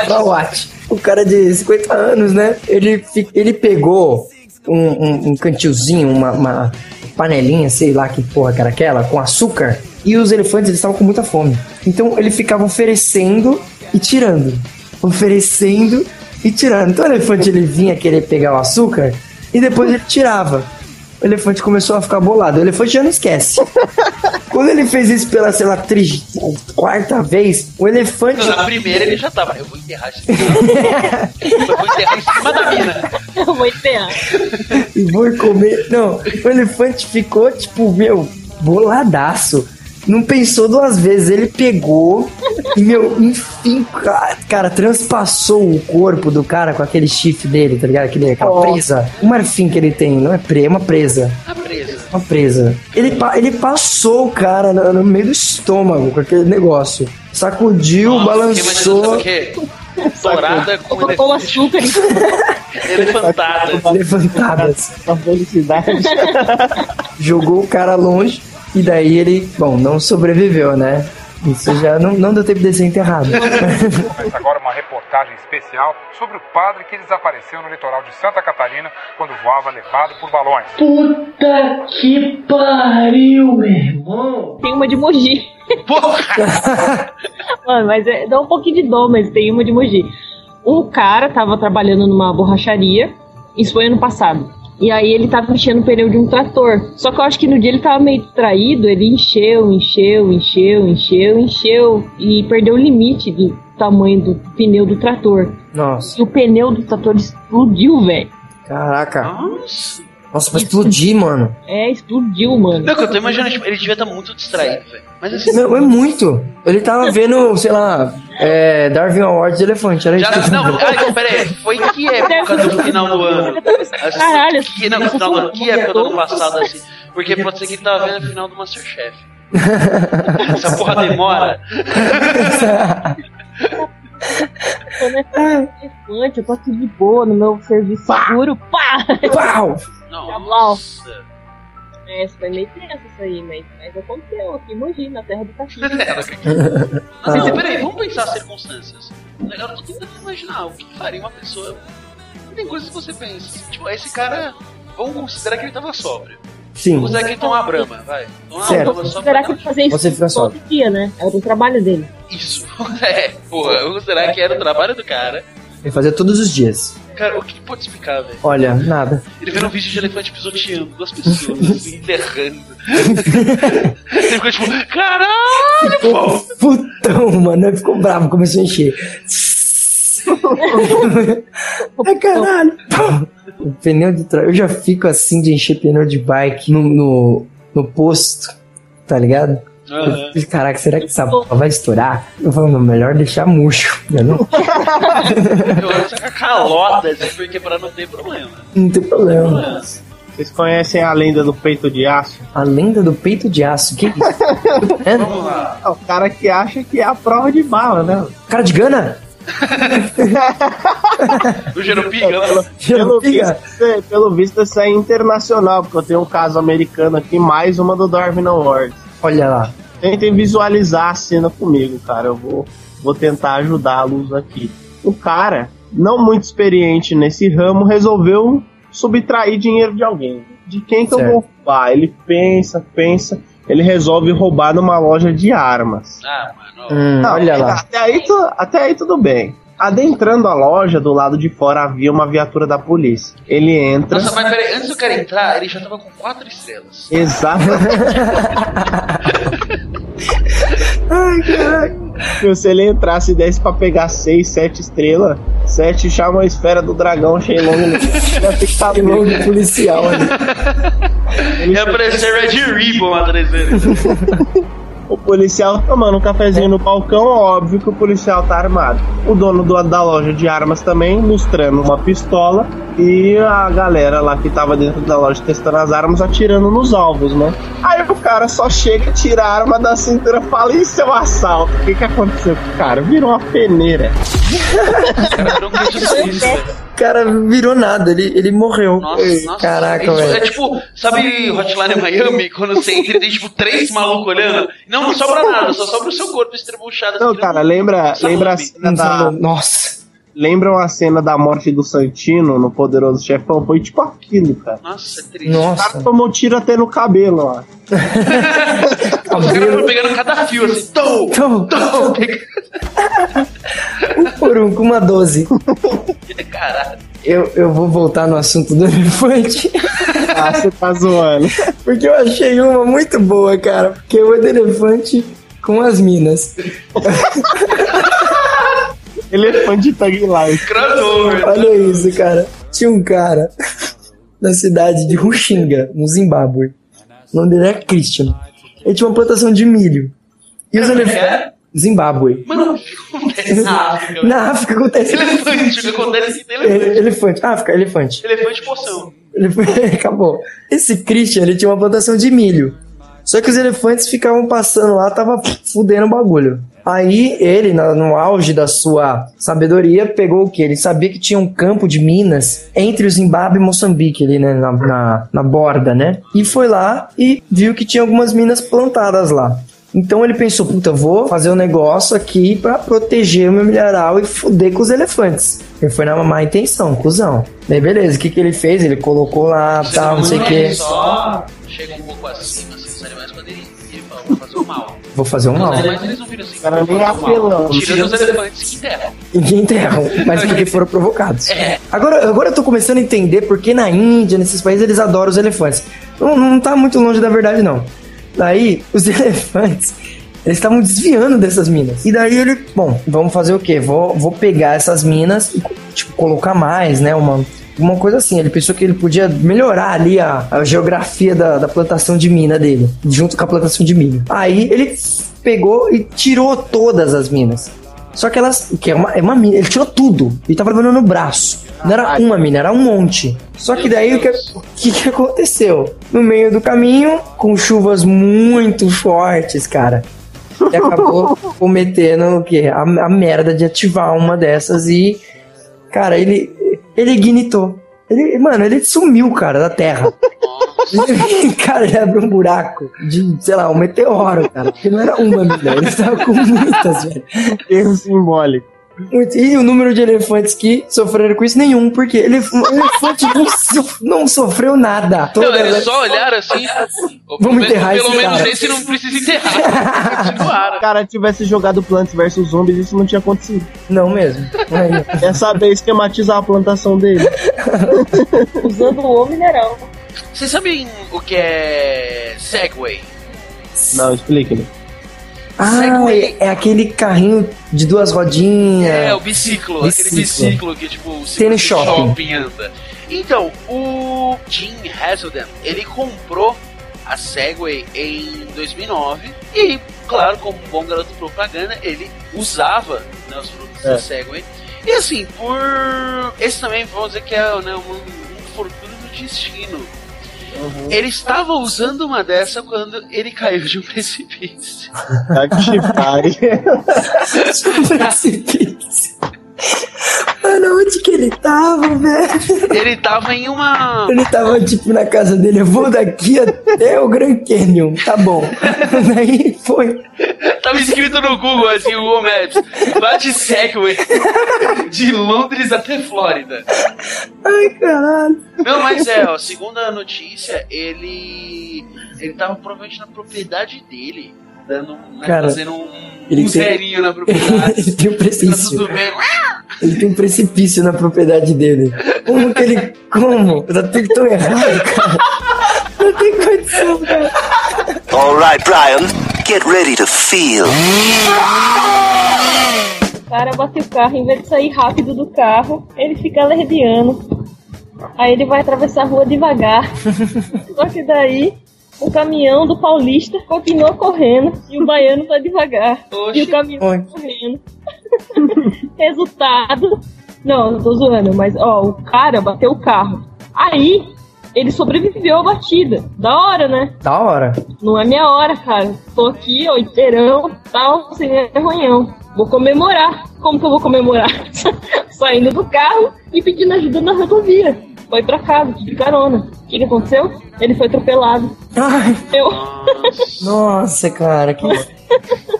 Speaker 5: Da Watt. O cara de 50 anos, né? Ele, fi- ele pegou um, um, um cantilzinho, uma, uma panelinha, sei lá que porra que era aquela, com açúcar. E os elefantes, eles estavam com muita fome. Então, ele ficava oferecendo e tirando. Oferecendo e tirando. Então, o elefante, ele vinha querer pegar o açúcar e depois ele tirava. O elefante começou a ficar bolado. O elefante já não esquece. Quando ele fez isso pela, sei lá, tri... quarta vez, o elefante...
Speaker 1: Na primeira ele já tava, eu vou enterrar esse cara. Eu vou enterrar em cima da mina.
Speaker 7: Eu vou enterrar.
Speaker 5: e vou comer. Não, o elefante ficou, tipo, meu, boladaço. Não pensou duas vezes, ele pegou e, meu, enfim, ca- cara, transpassou o corpo do cara com aquele chifre dele, tá ligado? Aquele, aquela presa. O marfim que ele tem, não é presa, é uma presa.
Speaker 1: Tá presa.
Speaker 5: Uma presa. Ele, pa- ele passou o cara no, no meio do estômago com aquele negócio. Sacudiu, balançou.
Speaker 1: Que, dourada com
Speaker 7: Colocou o
Speaker 1: elefante,
Speaker 7: açúcar em
Speaker 1: elefantada.
Speaker 5: Levantadas.
Speaker 6: A felicidade.
Speaker 5: jogou o cara longe e daí ele, bom, não sobreviveu, né? Isso já não, não deu tempo de ser enterrado.
Speaker 8: Começa agora uma reportagem especial sobre o padre que desapareceu no litoral de Santa Catarina quando voava levado por balões.
Speaker 7: Tem uma de Mogi. Mano, mas é- dá um pouquinho de dó, mas tem uma de Mogi. Um cara tava trabalhando numa borracharia, isso foi ano passado. E aí ele tava enchendo o pneu de um trator. Só que eu acho que no dia ele tava meio distraído, ele encheu, encheu, encheu, encheu, encheu. E perdeu o limite do tamanho do pneu do trator.
Speaker 5: Nossa,
Speaker 7: E o pneu do trator explodiu, velho.
Speaker 5: caraca.
Speaker 1: Nossa.
Speaker 5: Nossa, vai explodir, mano.
Speaker 7: É, explodiu, mano.
Speaker 1: Não, que eu tô imaginando, tipo, ele devia estar muito distraído, velho. Mas assim,
Speaker 5: Meu, é muito. Ele tava vendo, sei lá, é, Darwin Awards de elefante. Era
Speaker 1: já,
Speaker 5: isso.
Speaker 1: não, ai, pera aí, foi em que época do final do ano? Assim,
Speaker 7: né? Caralho,
Speaker 1: que, não, final do ano, que época do ano passado, assim? Porque pode ser que ele tava vendo a final do Masterchef. Essa porra demora.
Speaker 7: Eu não é elefante, eu tô aqui de boa no meu serviço seguro. Pá!
Speaker 5: Pau!
Speaker 1: Nossa.
Speaker 7: É, isso foi meio tenso isso aí, mas, mas aconteceu aqui em Mogi, na terra do cachorro.
Speaker 1: Mas assim,
Speaker 7: Ah.
Speaker 1: peraí, vamos pensar as circunstâncias. Eu tô tentando imaginar o que faria uma pessoa. Tem coisas que você pensa. Tipo, esse cara. Vamos considerar que ele tava sóbrio.
Speaker 5: Sim.
Speaker 1: Vamos considerar que ele tomou uma brama, vai. Ah, Tomou uma
Speaker 5: Certo.
Speaker 1: brama só pra
Speaker 7: Será que ele fazia isso
Speaker 5: Você fica só.
Speaker 7: todo dia, né? Era o trabalho dele.
Speaker 1: Isso. É, porra, vamos considerar que era o trabalho do cara.
Speaker 5: Ele fazia todos os dias.
Speaker 1: Cara, o que pode explicar, velho?
Speaker 5: Olha, nada.
Speaker 1: Ele vendo um vídeo de elefante pisoteando duas pessoas, assim, enterrando. ele ficou tipo, caralho!
Speaker 5: Pô, putão, mano. Ele ficou bravo, começou a encher. Ai, É, caralho. O pneu de trás. Eu já fico assim de encher pneu de bike no, no, no posto, tá ligado? Eu fico, Caraca, será que essa bola vai estourar? Eu falo, não, melhor deixar murcho. Eu não,
Speaker 1: Eu olho só com a calota, assim, porque pra não ter problema.
Speaker 5: não tem problema.
Speaker 6: Vocês conhecem a lenda do peito de aço?
Speaker 5: A lenda do peito de aço, que é isso?
Speaker 1: Vamos lá.
Speaker 6: É o cara que acha que é a prova de bala, né?
Speaker 5: Cara de gana?
Speaker 1: O Jeropiga,
Speaker 7: É,
Speaker 1: ela
Speaker 6: Pelo
Speaker 5: Piga.
Speaker 6: visto, é- pelo visto, isso é internacional, porque eu tenho um caso americano aqui, mais uma do Darwin Awards.
Speaker 5: Olha lá.
Speaker 6: Tentem visualizar a cena comigo, cara. Eu vou, vou tentar ajudá-los aqui. O cara, não muito experiente nesse ramo, resolveu subtrair dinheiro de alguém. De quem que eu vou roubar? Ele pensa, pensa, ele resolve roubar numa loja de armas.
Speaker 1: Ah, mano.
Speaker 5: Hum,
Speaker 6: Não,
Speaker 5: olha lá.
Speaker 6: Até aí, tu- até aí tudo bem. Adentrando a loja, do lado de fora havia uma viatura da polícia. Ele entra.
Speaker 1: Nossa, mas peraí, antes do cara entrar, ele já tava com quatro estrelas.
Speaker 6: Exatamente. Ai, caraca. Meu, se ele entrasse e desse pra pegar 6, 7 estrelas, 7 chama a é esfera do dragão Shenlong. Ele ia ter que tá né?
Speaker 5: Logo
Speaker 6: louco.
Speaker 5: de policial ali.
Speaker 1: Ia aparecer Red Ribbon atrás dele.
Speaker 6: O policial tomando um cafezinho no balcão, óbvio que o policial tá armado. O dono do- da loja de armas também mostrando uma pistola e a galera lá que tava dentro da loja testando as armas atirando nos alvos, né? Aí o cara só chega, tira a arma da cintura e fala: Isso é um assalto. O que que aconteceu com o cara? Virou uma peneira.
Speaker 1: Era um petista.
Speaker 5: O cara virou nada, ele, ele morreu.
Speaker 1: Nossa, nossa.
Speaker 5: Caraca,
Speaker 1: isso É
Speaker 5: velho.
Speaker 1: tipo, sabe Hotline Miami? Quando você entra e tem tipo três malucos olhando? Não, não sobra nada, só sobra o seu corpo estrebuchado.
Speaker 6: Não,
Speaker 1: assim,
Speaker 6: cara,
Speaker 1: virando-
Speaker 6: lembra,
Speaker 1: Sabe?
Speaker 6: lembra a cena da.
Speaker 5: Nossa. Nossa.
Speaker 6: Lembram a cena da morte do Santino no Poderoso Chefão? Foi tipo aquilo, cara.
Speaker 1: Nossa, é triste.
Speaker 6: O cara
Speaker 5: Nossa.
Speaker 6: tomou um tiro até no cabelo, ó.
Speaker 1: Os caras foram
Speaker 5: Cabelo.
Speaker 1: pegando cada fio assim, tom,
Speaker 5: Tom.
Speaker 1: tom, pegando.
Speaker 5: Por Tá um, com uma 12.
Speaker 1: Caralho.
Speaker 5: Eu, eu vou voltar no assunto do elefante.
Speaker 6: Ah, você tá zoando.
Speaker 5: Porque eu achei uma muito boa, cara. Porque eu ando elefante com as minas.
Speaker 6: Elefante é de Tag Life.
Speaker 1: Crossover.
Speaker 5: Olha isso, cara. Tinha um cara na cidade de Ruxinga, no Zimbábue. O nome dele era Christian. Ele tinha uma plantação de milho. E os
Speaker 1: é
Speaker 5: elefantes. Zimbábue.
Speaker 1: Mano, o que acontece na África? velho?
Speaker 5: Na África acontece.
Speaker 1: Elefante, o que acontece é que tem elefante.
Speaker 5: Ele- Elefante. África, elefante.
Speaker 1: Elefante poção.
Speaker 5: Ele foi- acabou. Esse Christian, ele tinha uma plantação de milho. Só que os elefantes ficavam passando lá, tava fudendo o bagulho. Aí ele, na- no auge da sua sabedoria, pegou o que? Ele sabia que tinha um campo de minas entre o Zimbábue e Moçambique, ali, né? Na, na, na borda, né? E foi lá e viu que tinha algumas minas plantadas lá. Então ele pensou, puta, eu vou fazer um negócio aqui pra proteger o meu mineral e fuder com os elefantes. Ele foi na má intenção, cuzão. Daí beleza, o que, que ele fez? Ele colocou lá, tal, não sei o que.
Speaker 1: Só chega um pouco acima, assim, os animais poderem ir pra fazer o mal.
Speaker 5: Vou fazer um
Speaker 1: Os
Speaker 5: mal.
Speaker 1: animais eles não viram assim.
Speaker 6: Cara, nem
Speaker 1: vão fazer o mal.
Speaker 6: apelão.
Speaker 1: Tirando os elefantes que enterram.
Speaker 5: Ninguém enterram, mas porque foram provocados. Agora, agora eu tô começando a entender porque na Índia, nesses países, eles adoram os elefantes. Não, não tá muito longe da verdade, não. Daí, os elefantes, eles estavam desviando dessas minas. E daí ele, bom, vamos fazer o quê? Vou, vou pegar essas minas e, tipo, colocar mais, né? Uma, uma coisa assim. Ele pensou que ele podia melhorar ali a, a geografia da, da plantação de mina dele, junto com a plantação de milho. Aí ele pegou e tirou todas as minas. Só que elas. Que é uma, é uma mina. Ele tirou tudo. Ele tava levando no braço. Não era uma mina, era um monte. Só que daí o que, o que, que aconteceu? No meio do caminho, com chuvas muito fortes, cara. Ele acabou cometendo o quê? A, a merda de ativar uma dessas e. Cara, ele. Ele ignitou. Ele, mano, ele sumiu, cara, da terra. cara, ele abriu um buraco de, sei lá, um meteoro, cara. Porque não era uma mina, ele estava com muitas, velho.
Speaker 6: Erro simbólico.
Speaker 5: Muito. E o número de elefantes que sofreram com isso, nenhum, porque elef elefante não, so- não sofreu nada.
Speaker 1: Não,
Speaker 5: Toda
Speaker 1: eles
Speaker 5: ela-
Speaker 1: só olharam assim.
Speaker 5: Vamos enterrar
Speaker 1: Pelo
Speaker 5: esse
Speaker 1: menos
Speaker 5: cara.
Speaker 1: esse não precisa enterrar.
Speaker 6: Se o
Speaker 1: Continuaram.
Speaker 6: cara tivesse jogado Plants vs Zombies, isso não tinha acontecido.
Speaker 5: Não mesmo. Aí,
Speaker 6: É saber esquematizar a plantação dele.
Speaker 7: Usando o mineral.
Speaker 1: Vocês sabem o que é Segway?
Speaker 6: Não, explique-me.
Speaker 5: ah, é, é aquele carrinho de duas rodinhas.
Speaker 1: É, o biciclo, aquele
Speaker 5: Biciclo.
Speaker 1: biciclo que tipo o
Speaker 5: Tem no
Speaker 1: ciclo
Speaker 5: shopping.
Speaker 1: anda. Então, o Jim Hazelden, ele comprou a Segway em 2009 e, claro, como um bom garoto propaganda, ele usava né, os produtos da Segway. E assim, por esse também vamos dizer que é né, um, um fortuna do destino. Ele estava usando uma dessa quando ele caiu de um precipício.
Speaker 6: Tá que pare.
Speaker 5: Sobre esse pizza. Mano, onde Onde que ele tava, velho?
Speaker 1: Ele tava em uma.
Speaker 5: Ele tava tipo na casa dele, eu vou daqui até o Grand Canyon, tá bom. Daí foi.
Speaker 1: Tava escrito no Google, assim, o Google Maps. Lá de Segway. De Londres até Flórida.
Speaker 5: Ai, caralho.
Speaker 1: Não, mas é, ó, segunda notícia, ele. Ele tava provavelmente na propriedade dele. Dando, né,
Speaker 5: Cara,
Speaker 1: fazendo um,
Speaker 5: ele
Speaker 1: um
Speaker 5: tem-
Speaker 1: zerinho na propriedade.
Speaker 5: Ele tem um
Speaker 1: Tá
Speaker 5: precipício.
Speaker 1: tudo bem.
Speaker 5: Ele tem um precipício na propriedade dele. Como que ele. Como? Eu tô tão errado, cara. Não tem condição, cara.
Speaker 9: All right, Brian, get ready to feel.
Speaker 7: O cara bate o carro, em vez de sair rápido do carro, ele fica lerdeando. Aí ele vai atravessar a rua devagar. Só que daí o caminhão do paulista continua correndo e o baiano tá devagar. E o caminhão
Speaker 5: Oi.
Speaker 7: correndo. Resultado. Não, eu tô zoando, mas ó, o cara bateu o carro. Aí ele sobreviveu à batida. Da hora, né?
Speaker 5: Da hora.
Speaker 7: Não é minha hora, cara. Tô aqui, ó, inteirão, tal, sem vergonhão. Vou comemorar. Como que eu vou comemorar? Saindo do carro e pedindo ajuda na rodovia. Foi pra casa, de carona. O que, que aconteceu? Ele foi atropelado.
Speaker 5: Ai,
Speaker 7: Eu.
Speaker 5: nossa, cara. Que...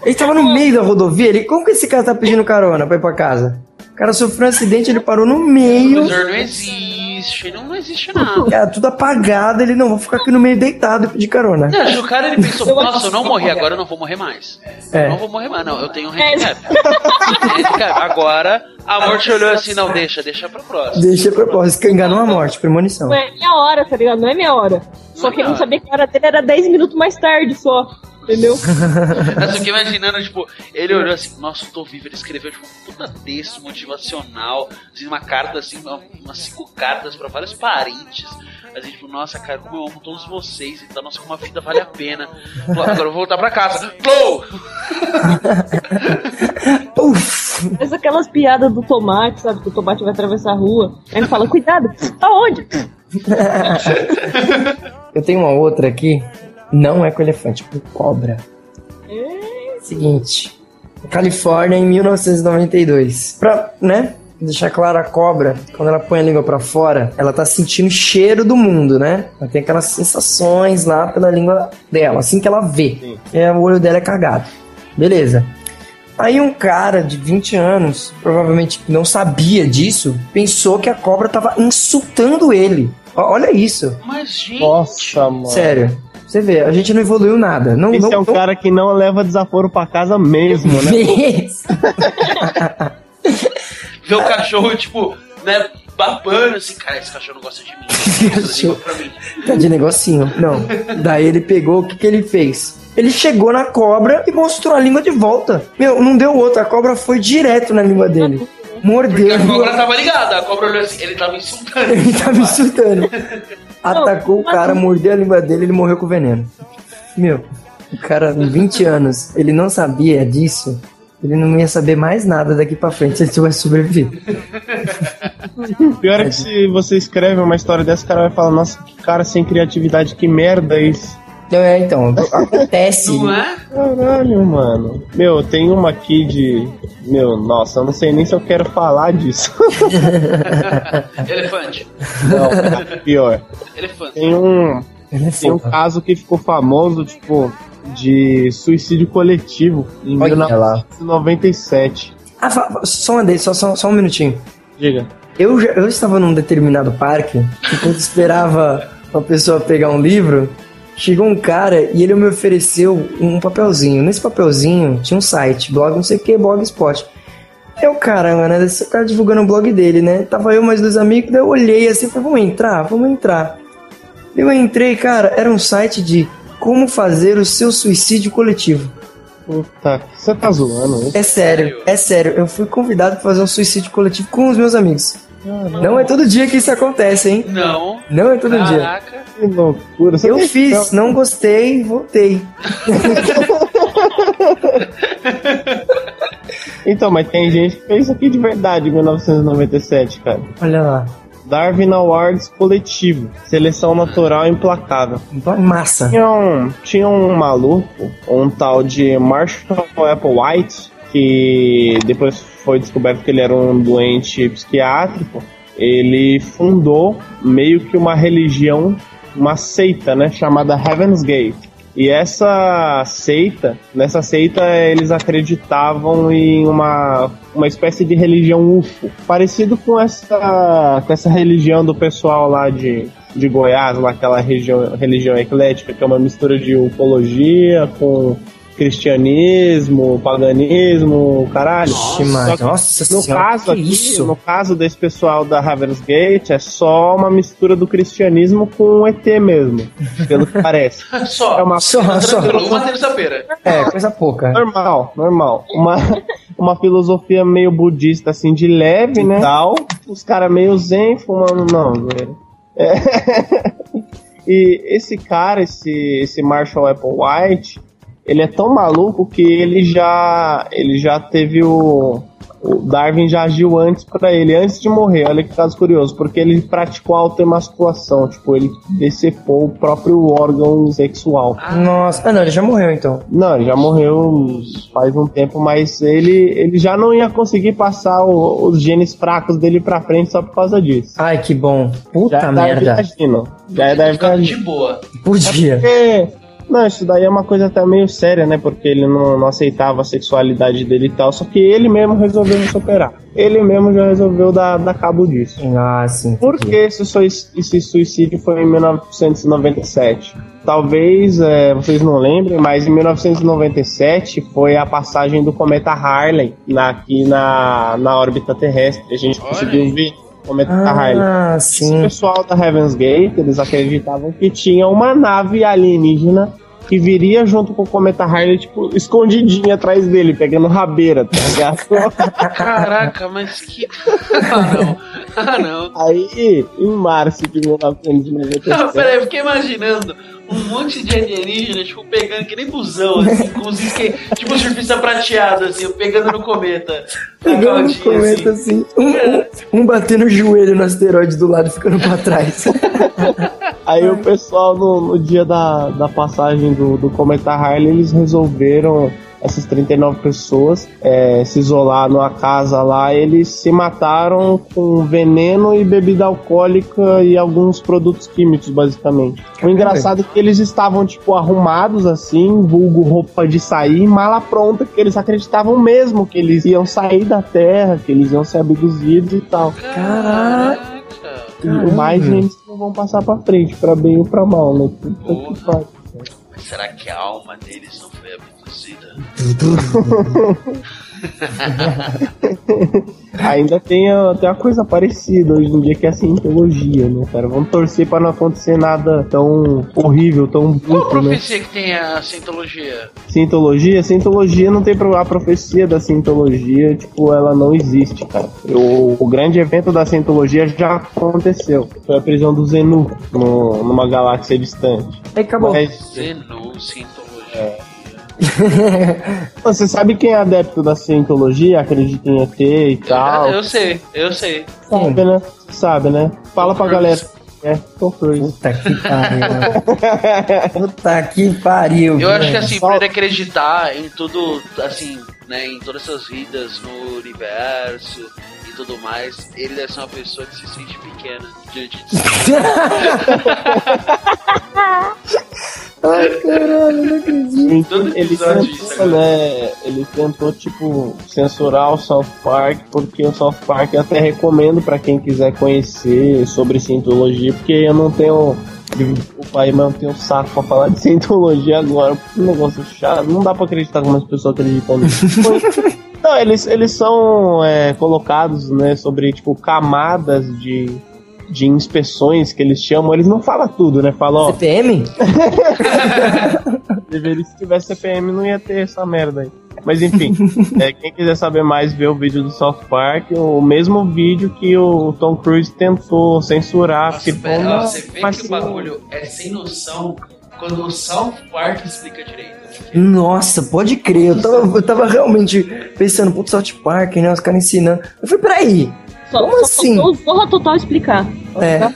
Speaker 5: Ele tava no meio da rodovia. Ele... Como que esse cara tá pedindo carona pra ir pra casa? O cara sofreu um acidente, ele parou no meio.
Speaker 1: Cruzor não existe, não, não existe nada.
Speaker 5: Cara, tudo apagado. Ele não, vou ficar aqui no meio deitado e pedir carona.
Speaker 1: Não, acho que o cara ele pensou,
Speaker 7: Eu vou-
Speaker 1: nossa, eu não morri agora, eu não vou morrer mais.
Speaker 5: É.
Speaker 1: Eu não vou morrer mais, não, eu tenho um handicap. Handicap. agora, a morte olhou assim, não, deixa, deixa pra próxima.
Speaker 5: É, Deixa pra porra. Escangar numa morte, premonição.
Speaker 7: Não é minha hora, tá ligado? Não é minha hora. Só
Speaker 1: Não é
Speaker 7: que ele
Speaker 1: minha
Speaker 7: não sabia que a hora dele era 10 minutos mais tarde só. Entendeu?
Speaker 1: Mas eu fiquei imaginando, tipo, ele olhou assim, nossa, eu tô vivo, ele escreveu tipo, um puta texto motivacional, assim, uma carta assim, uma- umas cinco cartas pra vários parentes. Assim, tipo, nossa, cara, como eu amo todos vocês, então, nossa, como a vida vale a pena. Falou, Agora eu vou voltar pra casa. Plou!
Speaker 5: Uf!
Speaker 7: Mas aquelas piadas do tomate, sabe? Que o tomate vai atravessar a rua. Aí ele fala, cuidado, tá aonde?
Speaker 5: Eu tenho uma outra aqui. Não é com elefante, é com cobra. Seguinte. Califórnia em 1992. Pra, né? Deixar claro a cobra, quando ela põe a língua pra fora, ela tá sentindo o cheiro do mundo, né? Ela tem aquelas sensações lá pela língua dela, assim que ela vê. É, o olho dela é cagado. Beleza. Aí um cara de 20 anos, provavelmente que não sabia disso, pensou que a cobra tava insultando ele. Ó, Olha isso.
Speaker 1: Mas, gente,
Speaker 6: Nossa, mano.
Speaker 5: Sério. Você vê, a gente não evoluiu nada. Não,
Speaker 6: Esse
Speaker 5: não,
Speaker 6: é um
Speaker 5: não-
Speaker 6: cara que não leva desaforo pra casa mesmo, né?
Speaker 5: Fez.
Speaker 1: ver o cachorro, tipo, né, babando assim, cara, esse cachorro não gosta de mim. Esse cachorro
Speaker 5: Cachorro.
Speaker 1: pra mim.
Speaker 5: Tá de negocinho. Não. Daí ele pegou, o que, que ele fez? Ele chegou na cobra e mostrou a língua de volta. Meu, não deu outra. A cobra foi direto na língua dele.
Speaker 1: Porque
Speaker 5: Mordeu.
Speaker 1: a cobra tá- tava ligada, a cobra olhou assim, ele tava insultando.
Speaker 5: Ele tava insultando. Atacou o
Speaker 7: mas-
Speaker 5: cara, mordeu a língua dele, ele morreu com veneno. Meu, o cara, com 20 anos, ele não sabia disso. Ele não ia saber mais nada daqui pra frente se ele tivesse sobrevivido.
Speaker 6: Pior é que se você escreve uma história dessa, o cara vai falar, nossa, que cara sem criatividade, que merda isso.
Speaker 5: Então, é, então, acontece.
Speaker 1: Não é?
Speaker 6: Caralho, mano. Meu, tem uma aqui de. Meu, nossa, eu não sei nem se eu quero falar disso.
Speaker 1: Elefante.
Speaker 6: Não, cara, pior.
Speaker 1: Elefante.
Speaker 6: Tem um.
Speaker 5: Ele é
Speaker 6: Tem um
Speaker 5: foda.
Speaker 6: caso que ficou famoso, tipo, de suicídio coletivo em
Speaker 5: Olha lá.
Speaker 6: 1997.
Speaker 5: Ah, fa- fa- só uma vez, só, só, só um minutinho.
Speaker 6: Diga.
Speaker 5: Eu, já- eu estava num determinado parque, e quando esperava uma pessoa pegar um livro, chegou um cara e ele me ofereceu um papelzinho. Nesse papelzinho tinha um site, blog não sei o que, blogspot. Eu, caramba, né? Esse cara divulgando o blog dele, né? Tava eu mais dois amigos, daí eu olhei assim, falei, vamos entrar, vamos entrar. Eu entrei, cara, era um site de como fazer o seu suicídio coletivo.
Speaker 6: Puta, você tá zoando, né?
Speaker 5: É sério, é sério. Eu fui convidado pra fazer um suicídio coletivo com os meus amigos. Não é todo dia que isso acontece, hein?
Speaker 1: Não.
Speaker 5: Não é todo dia.
Speaker 1: Caraca.
Speaker 6: Que loucura. Você
Speaker 5: Eu
Speaker 6: tem-
Speaker 5: fiz, né? não gostei, voltei.
Speaker 6: Então, mas tem gente que fez isso aqui de verdade em 1997, cara.
Speaker 5: Olha lá.
Speaker 6: Darwin Awards coletivo, seleção natural implacável.
Speaker 5: Então, Massa.
Speaker 6: Tinha um, tinha um maluco, um tal de Marshall Applewhite, que depois foi descoberto que ele era um doente psiquiátrico, ele fundou meio que uma religião, uma seita, né, chamada Heaven's Gate. E essa seita, nessa seita eles acreditavam em uma, uma espécie de religião UFO, parecido com essa, com essa religião do pessoal lá de, de Goiás, lá aquela região, religião eclética, que é uma mistura de ufologia com cristianismo, paganismo, caralho.
Speaker 5: Nossa, Só que nossa
Speaker 6: no
Speaker 5: senhora,
Speaker 6: caso
Speaker 5: que
Speaker 6: aqui,
Speaker 5: isso?
Speaker 6: no caso desse pessoal da Heaven's Gate, é só uma mistura do cristianismo com o ET mesmo, pelo que parece.
Speaker 1: Só.
Speaker 6: É uma
Speaker 5: Só, só.
Speaker 1: Tranquilo, uma terça-feira.
Speaker 5: É, coisa pouca.
Speaker 6: Normal, normal. Uma, uma filosofia meio budista, assim, de leve, né? Tal. Os caras meio zen fumando. Não, velho. É. E esse cara, esse, esse Marshall Applewhite, ele é tão maluco que ele já, ele já teve o. O Darwin já agiu antes pra ele, antes de morrer. Olha que caso curioso, porque ele praticou autoemasculação, tipo, ele decepou o próprio órgão sexual.
Speaker 5: Nossa. Ah, não, ele já morreu então.
Speaker 6: Não, ele já morreu faz um tempo, mas ele, ele já não ia conseguir passar o- os genes fracos dele pra frente só por causa disso.
Speaker 5: Ai, que bom. Puta
Speaker 6: já é da
Speaker 5: merda.
Speaker 6: Argentina. Já é da
Speaker 1: Fica de
Speaker 6: Argentina.
Speaker 1: boa.
Speaker 5: Podia.
Speaker 6: É, não, isso daí é uma coisa até meio séria, né? Porque ele não, não aceitava a sexualidade dele e tal, só que ele mesmo resolveu se operar. Ele mesmo já resolveu dar, dar cabo disso.
Speaker 5: Ah, sim.
Speaker 6: Por que esse, sui- esse suicídio foi em 1997? Talvez é, vocês não lembrem, mas em 1997 foi a passagem do cometa Harley na- aqui na, na órbita terrestre. A gente
Speaker 1: Olha aí.
Speaker 6: conseguiu ver o cometa Harley.
Speaker 5: Ah,
Speaker 6: O
Speaker 5: sim.
Speaker 6: pessoal da Heaven's Gate, eles acreditavam que tinha uma nave alienígena que viria junto com o cometa Harley, tipo, escondidinha atrás dele, pegando rabeira, tá ligado?
Speaker 1: Caraca, mas que. Ah, não. Ah, não.
Speaker 6: Aí, em março de 1997...
Speaker 1: Não, peraí, eu fiquei imaginando um monte de alienígena, tipo, pegando que nem busão, assim, com os isque... tipo surfista prateado, assim, pegando no cometa.
Speaker 5: Pegando
Speaker 1: Na
Speaker 5: no
Speaker 1: caldinha,
Speaker 5: cometa
Speaker 1: assim.
Speaker 5: assim. Um, um, um batendo o joelho no asteroide do lado ficando pra trás.
Speaker 6: Aí o pessoal, no, no dia da, da passagem do, do Cometa Harley, eles resolveram, essas 39 pessoas, é, se isolar numa casa lá. Eles se mataram com veneno e bebida alcoólica e alguns produtos químicos, basicamente. O engraçado é que eles estavam, tipo, arrumados assim, vulgo roupa de sair, mala pronta, que eles acreditavam mesmo que eles iam sair da Terra, que eles iam ser abduzidos e tal.
Speaker 1: Caraca.
Speaker 6: O mais eles não vão passar pra frente, pra bem ou pra mal, né? Puta que pariu.
Speaker 1: Mas será que a alma deles não foi abduzida?
Speaker 6: Ainda tem, a- tem uma coisa parecida hoje em dia que é a cientologia, né, cara? Vamos torcer pra não acontecer nada tão horrível, tão
Speaker 1: Qual
Speaker 6: bruto, né?
Speaker 1: profecia que tem a cientologia?
Speaker 6: Cientologia? Cientologia não tem pro- a profecia da cientologia, tipo, ela não existe, cara. O, o grande evento da cientologia já aconteceu. Foi a prisão do Zenu no- numa galáxia distante.
Speaker 5: Aí É, acabou.
Speaker 6: Mas,
Speaker 1: Zenu, cientologia.
Speaker 6: você sabe quem é adepto da cientologia, acredita em ET e tal?
Speaker 1: Ah, Eu sei, eu sei.
Speaker 6: Sabe, né? Sabe, né? Fala pra
Speaker 1: Tom
Speaker 6: galera. É, Tom Cruise.
Speaker 5: Puta que pariu. Puta que pariu.
Speaker 1: Eu acho que
Speaker 5: velho.
Speaker 1: assim, pra ele acreditar em tudo, assim, né, em todas essas vidas no universo e tudo mais, ele deve ser uma pessoa que se sente pequena diante disso.
Speaker 5: Ai, caralho, não acredito.
Speaker 1: todo
Speaker 6: Ele
Speaker 1: episódio isso
Speaker 6: tentou,
Speaker 1: agora.
Speaker 6: né? Ele tentou, tipo, censurar o South Park, porque o South Park eu até recomendo pra quem quiser conhecer sobre cientologia, porque eu não tenho. O pai não tem o saco pra falar de cientologia agora, porque o negócio é chato, não dá pra acreditar como as pessoas acreditam nisso. Não, eles, eles são é, colocados, né, sobre, tipo, camadas de, de inspeções que eles chamam. Eles não falam tudo, né? Falam, ó,
Speaker 5: CPM?
Speaker 6: Deveria, se tivesse CPM, não ia ter essa merda aí. Mas enfim, é, quem quiser saber mais, vê o vídeo do South Park, o mesmo vídeo que o Tom Cruise tentou censurar.
Speaker 1: Nossa,
Speaker 6: porque
Speaker 1: pera,
Speaker 6: foi uma
Speaker 1: ó, você vê que o
Speaker 6: vacina.
Speaker 1: bagulho é sem noção quando o South Park explica direito.
Speaker 5: Nossa, pode crer. Eu tava, eu tava realmente pensando, putz, South Park, né? Os caras ensinando. Eu falei, peraí.
Speaker 7: Só,
Speaker 5: Como
Speaker 7: só
Speaker 5: assim?
Speaker 7: faltou o Zorra Total explicar.
Speaker 5: É,
Speaker 1: Tá.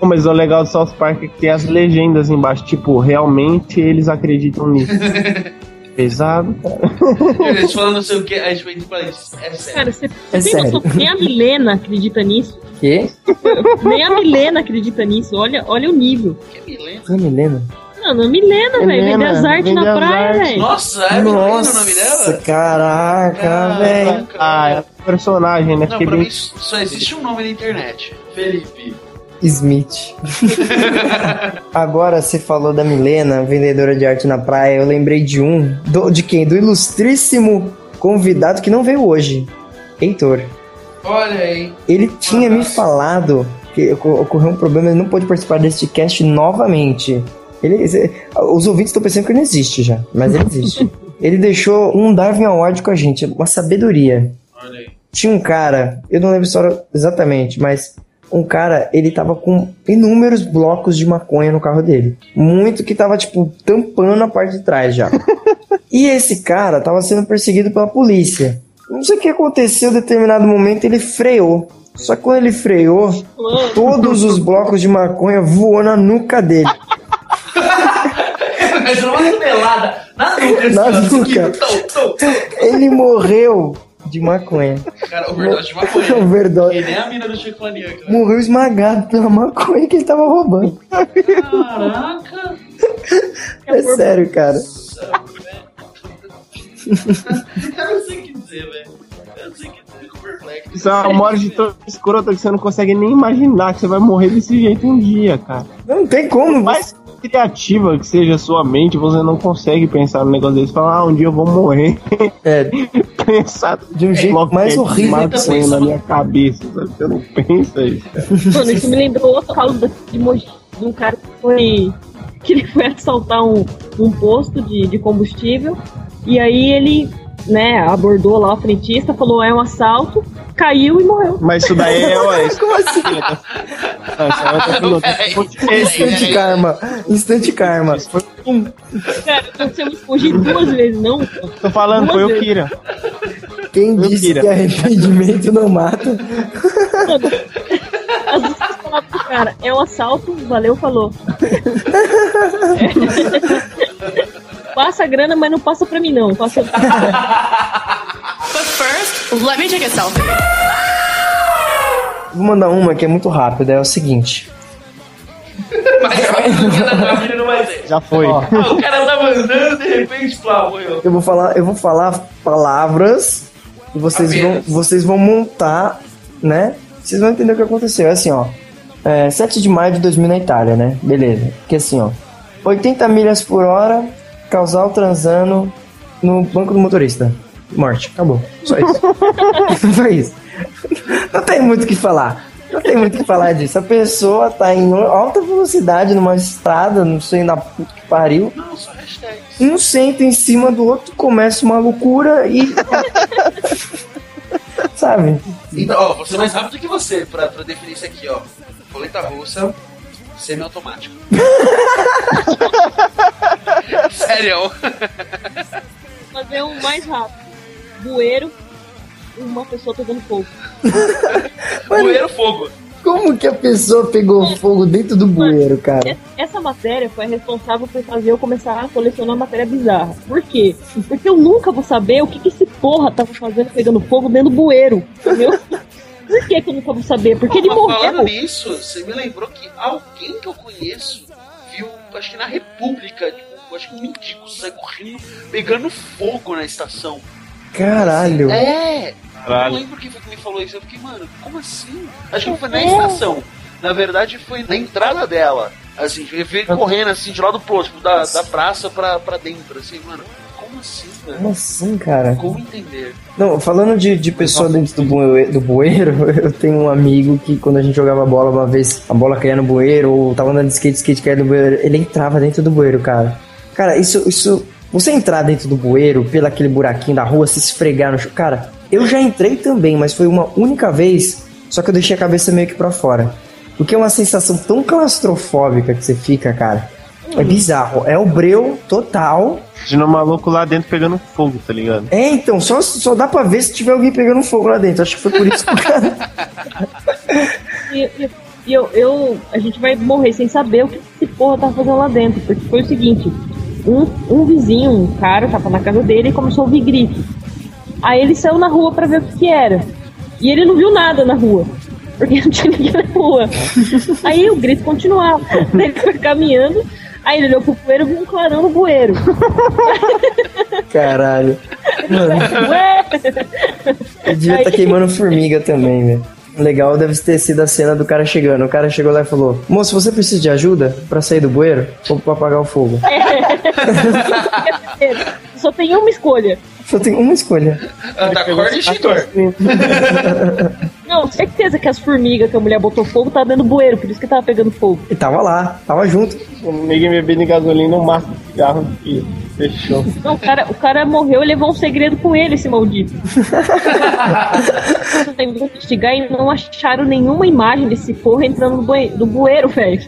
Speaker 6: Mas o legal do South Park é que tem as legendas embaixo, tipo, realmente eles acreditam nisso. pesado.
Speaker 1: Eles falando não sei o que, a gente vai falar isso. É sério.
Speaker 7: Cara, você
Speaker 5: É
Speaker 7: tem noção?
Speaker 5: sério.
Speaker 7: Nem a Milena acredita nisso.
Speaker 5: Quê?
Speaker 7: Nem a Milena acredita nisso. Olha, olha o nível.
Speaker 1: Que Milena?
Speaker 5: Não me lembro.
Speaker 7: Mano, a Milena, velho.
Speaker 6: Helena,
Speaker 7: Vende as artes na
Speaker 6: vende as
Speaker 7: praia,
Speaker 6: artes.
Speaker 7: velho.
Speaker 1: Nossa, é Milena o nome
Speaker 5: Nossa,
Speaker 1: dela?
Speaker 5: caraca,
Speaker 1: Ah,
Speaker 5: velho.
Speaker 6: Ah,
Speaker 1: cara.
Speaker 6: é personagem, né?
Speaker 1: Não,
Speaker 6: Fiquei
Speaker 1: pra
Speaker 6: bem
Speaker 1: mim só existe um nome na internet. Felipe.
Speaker 5: Smith. Agora você falou da Milena, vendedora de arte na praia. Eu lembrei de um. Do- de quem? Do ilustríssimo convidado que não veio hoje. Heitor.
Speaker 1: Olha aí.
Speaker 5: Ele tinha me falado que ocor- ocorreu um problema, ele não pôde participar deste cast novamente. Ele, esse- os ouvintes estão pensando que ele não existe já, mas ele existe. ele deixou um Darwin Award com a gente, uma sabedoria.
Speaker 1: Olha aí.
Speaker 5: Tinha um cara, eu não lembro a história exatamente, mas um cara, ele tava com inúmeros blocos de maconha no carro dele. Muito que tava, tipo, tampando a parte de trás já. e esse cara tava sendo perseguido pela polícia. Não sei o que aconteceu, em determinado momento ele freou. Só que quando ele freou, todos os blocos de maconha voou na nuca dele.
Speaker 1: Mas uma tonelada na nuca.
Speaker 5: Na
Speaker 1: assim, ó,
Speaker 5: nuca.
Speaker 1: assim, tum, tum, tum.
Speaker 5: Ele morreu de maconha.
Speaker 1: Cara, overdose de maconha.
Speaker 5: Overdose.
Speaker 1: Que nem a mina do Chico Maniac, né?
Speaker 5: Morreu esmagado pela maconha que ele tava roubando.
Speaker 1: Caraca.
Speaker 5: É sério, cara.
Speaker 1: Eu não sei o que dizer, velho. Eu não sei o que dizer. Fico perplexo.
Speaker 6: Isso é uma morte tão escrota que você não consegue nem imaginar que você vai morrer desse jeito um dia, cara.
Speaker 5: Não tem como.
Speaker 6: Por mais criativa que seja a sua mente, você não consegue pensar no negócio desse. Falar, ah, um dia eu vou morrer.
Speaker 5: É,
Speaker 6: pensar
Speaker 5: de um jeito
Speaker 6: logo
Speaker 5: mais
Speaker 6: que é
Speaker 5: horrível.
Speaker 6: maconha na minha cabeça, sabe? Você não pensa isso. cara.
Speaker 7: Mano, isso me lembrou outro caso daqui de Mogi, de um cara que foi. que ele foi assaltar um, um posto de, de combustível. E aí ele, né, abordou lá o frentista, falou é um assalto, caiu e morreu.
Speaker 6: Mas isso daí é, ó, isso
Speaker 5: Como assim?
Speaker 6: isso é outra filosofia.
Speaker 1: Peraí,
Speaker 5: Instante
Speaker 1: peraí, peraí.
Speaker 5: karma. Instante karma.
Speaker 7: Cara, aconteceu isso com o Mogi duas vezes, não? Não
Speaker 6: Tô falando, foi o
Speaker 7: Duas
Speaker 6: Kira.
Speaker 5: Quem
Speaker 6: Mentira.
Speaker 5: disse que arrependimento não mata?
Speaker 7: As duas palavras do cara, é um assalto, valeu, falou. É. passa a grana, mas não passa pra mim, não. Passa...
Speaker 10: But first, let me take a selfie.
Speaker 5: Vou mandar uma que é muito rápida. É o seguinte.
Speaker 1: Mas eu acho que na família não vai ter.
Speaker 6: Já foi.
Speaker 5: Ó.
Speaker 1: Ah, o cara tava andando de repente, pá, morreu.
Speaker 5: Eu vou falar, eu vou falar palavras e vocês vão,
Speaker 1: Apenas.
Speaker 5: vocês vão montar, né? Vocês vão entender o que aconteceu. É assim, ó. É, 7 de maio de 2000 na Itália, né? Beleza. Que assim, ó. 80 milhas por hora, casal transando no banco do motorista. Morte. Acabou. Só isso. Foi isso. Não tem muito o que falar. Não tem muito o que falar disso. A pessoa tá em alta velocidade numa estrada, não sei na puta que pariu
Speaker 1: Não, só hashtag.
Speaker 5: um senta em cima do outro, começa uma loucura e. Sabe?
Speaker 1: Então, ó, vou ser mais rápido que você pra, pra definir isso aqui, ó. Coleta russa, semi-automático. Sério? é um
Speaker 7: fazer um mais rápido. Bueiro, uma pessoa pegando fogo.
Speaker 1: Bueiro fogo.
Speaker 5: Como que a pessoa pegou fogo dentro do bueiro, cara?
Speaker 7: E- Essa matéria foi a responsável por fazer eu começar a colecionar matéria bizarra. Por quê? Porque eu nunca vou saber o que, que esse porra tava fazendo pegando fogo dentro do bueiro. Entendeu? Por que, que eu nunca vou saber? Porque ele
Speaker 1: Mas Falando
Speaker 7: morreu.
Speaker 1: nisso, você me lembrou que alguém que eu conheço viu, acho que na República, tipo, acho que um mendigo sai correndo, pegando fogo na estação.
Speaker 5: Caralho.
Speaker 1: É!
Speaker 6: Caralho.
Speaker 1: Eu não lembro quem foi que me falou isso. Eu fiquei, mano, como assim? Acho que não
Speaker 7: É.
Speaker 1: foi na estação. Na verdade, foi na entrada dela. Assim, eu vi ele correndo assim de lá do posto, tipo, da, da praça pra, pra dentro. Assim, mano, como assim, velho?
Speaker 5: Como assim, cara?
Speaker 1: Como entender?
Speaker 5: Não, falando de, de pessoa dentro do bueiro, do bueiro, eu tenho um amigo que quando a gente jogava bola uma vez, a bola caía no bueiro, ou tava andando de skate, skate caía no bueiro, ele entrava dentro do bueiro, cara. Cara, isso, isso. Você entrar dentro do bueiro, pelo aquele buraquinho da rua, se esfregar no chão. Cara, eu já entrei também, mas foi uma única vez, só que eu deixei a cabeça meio que pra fora. Porque é uma sensação tão claustrofóbica que você fica, cara. É bizarro. É o breu total.
Speaker 6: Imagina um maluco lá dentro pegando fogo, tá ligado?
Speaker 5: É, então, só, só dá pra ver se tiver alguém pegando fogo lá dentro. Acho que foi por isso que o cara.
Speaker 7: E, e- e tá eu, eu, a gente vai morrer sem saber o que esse porra tava fazendo lá dentro. Porque foi o seguinte: um, um vizinho, um cara, tava na casa dele e começou a ouvir gritos. Aí ele saiu na rua para ver o que, que era. E ele não viu nada na rua. Porque não tinha ninguém na rua. Aí o grito continuava. Daí ele foi caminhando. Aí ele olhou pro poeiro e viu um clarão no bueiro.
Speaker 5: Caralho. Mano,
Speaker 7: Ué!
Speaker 5: ele devia estar
Speaker 7: Aí-
Speaker 5: queimando formiga também, velho. Legal deve ter sido a cena do cara chegando. O cara chegou lá e falou: Moço, você precisa de ajuda pra sair do bueiro ou pra apagar o fogo?
Speaker 7: É. Só tem uma escolha.
Speaker 5: Só tem uma escolha.
Speaker 1: Anda, corda e extintor.
Speaker 7: Não, certeza que as formigas que a mulher botou fogo tá dando bueiro, por isso que tava pegando fogo.
Speaker 5: E tava lá, tava junto.
Speaker 6: Ninguém bebendo gasolina, um maço de cigarro aqui. Fechou.
Speaker 7: Não, o cara, o cara morreu e levou um segredo com ele, esse maldito. Tentou investigar e não acharam nenhuma imagem desse porra entrando no, bue- no bueiro, velho.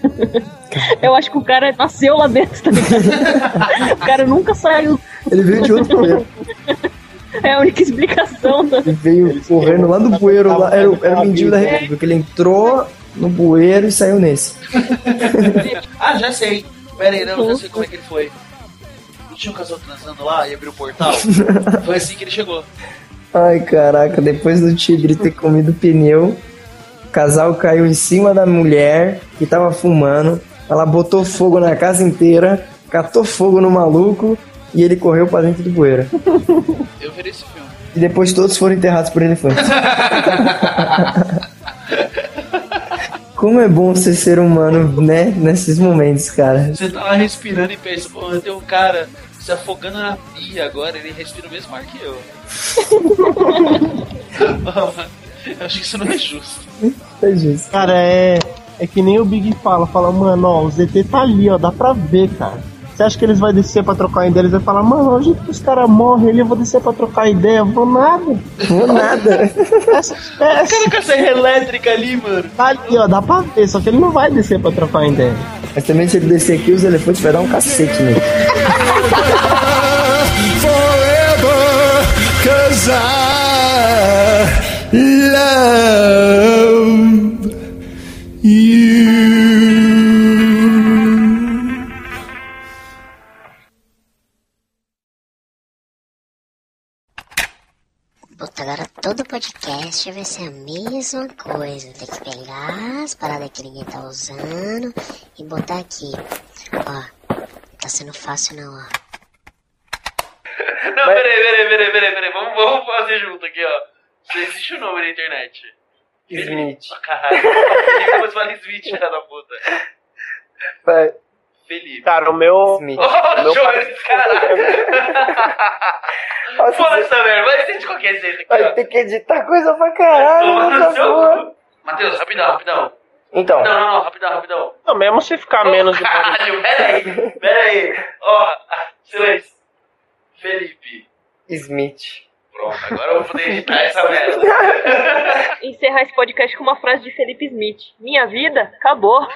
Speaker 7: Eu acho que o cara nasceu lá dentro, tá ligado? O cara nunca saiu.
Speaker 5: Ele veio de outro bueiro.
Speaker 7: É a única explicação. Né?
Speaker 5: Ele veio correndo lá do bueiro, lá, era, o- era o mendigo da República. Ele entrou no bueiro e saiu nesse.
Speaker 1: Ah, já sei. Pera aí, não, já sei como é que ele foi. Não tinha um casal transando lá e abriu o portal? Foi assim que ele chegou.
Speaker 5: Ai, caraca, depois do tigre ter comido pneu, o casal caiu em cima da mulher que tava fumando. Ela botou fogo na casa inteira, catou fogo no maluco e ele correu pra dentro do bueiro.
Speaker 1: Eu verei esse filme.
Speaker 5: E depois todos foram enterrados por elefantes. Como é bom ser ser humano, né? Nesses momentos, cara.
Speaker 1: Você tá lá respirando e pensa, pô, tem um cara se afogando na pia agora, ele respira o mesmo ar que eu. eu acho que isso não é justo.
Speaker 5: É justo.
Speaker 6: Cara, é. É que nem o Big fala, fala, mano, ó, o ZT tá ali, ó, dá pra ver, cara. Você acha que eles vão descer pra trocar ideia? Eles vão falar, mano, hoje que os caras morrem ali, eu vou descer pra trocar ideia, eu vou nada.
Speaker 5: Não nada.
Speaker 6: Essa espécie
Speaker 1: Cara, com a serra elétrica ali, mano.
Speaker 6: tá ali, ó, dá pra ver, só que ele não vai descer pra trocar ideia.
Speaker 5: Mas também se ele descer aqui, os elefantes vai dar um cacete nele.
Speaker 4: forever cause I love you.
Speaker 11: Puta, agora todo podcast vai ser a mesma coisa. Tem que pegar as paradas que ninguém tá usando e botar aqui. Ó, tá sendo fácil não, ó.
Speaker 1: Não, peraí, peraí, peraí, peraí, peraí. Vamos, vamos fazer junto aqui, ó. Isso existe um nome na internet.
Speaker 5: Smith.
Speaker 1: Ah, caralho. Depois fala Smith, filha da puta. Felipe.
Speaker 6: Cara, o meu.
Speaker 5: Smith.
Speaker 1: Oh,
Speaker 6: Meu
Speaker 1: Jones, caralho. Fala essa merda, vai ser de qualquer jeito aqui, ó.
Speaker 5: Vai ter que editar coisa pra caralho,
Speaker 1: Toma no
Speaker 2: tá
Speaker 5: nossa
Speaker 1: seu
Speaker 5: porra.
Speaker 1: cu. Matheus, rapidão, rapidão.
Speaker 5: Então,
Speaker 1: Não, não, não, rapidão, rapidão.
Speaker 6: mesmo se ficar
Speaker 1: Caralho, peraí, peraí. Ó, silêncio. Felipe.
Speaker 5: Smith.
Speaker 1: Pronto, agora eu vou poder editar essa merda.
Speaker 7: Encerrar esse podcast com uma frase de Felipe Smith: Minha vida acabou.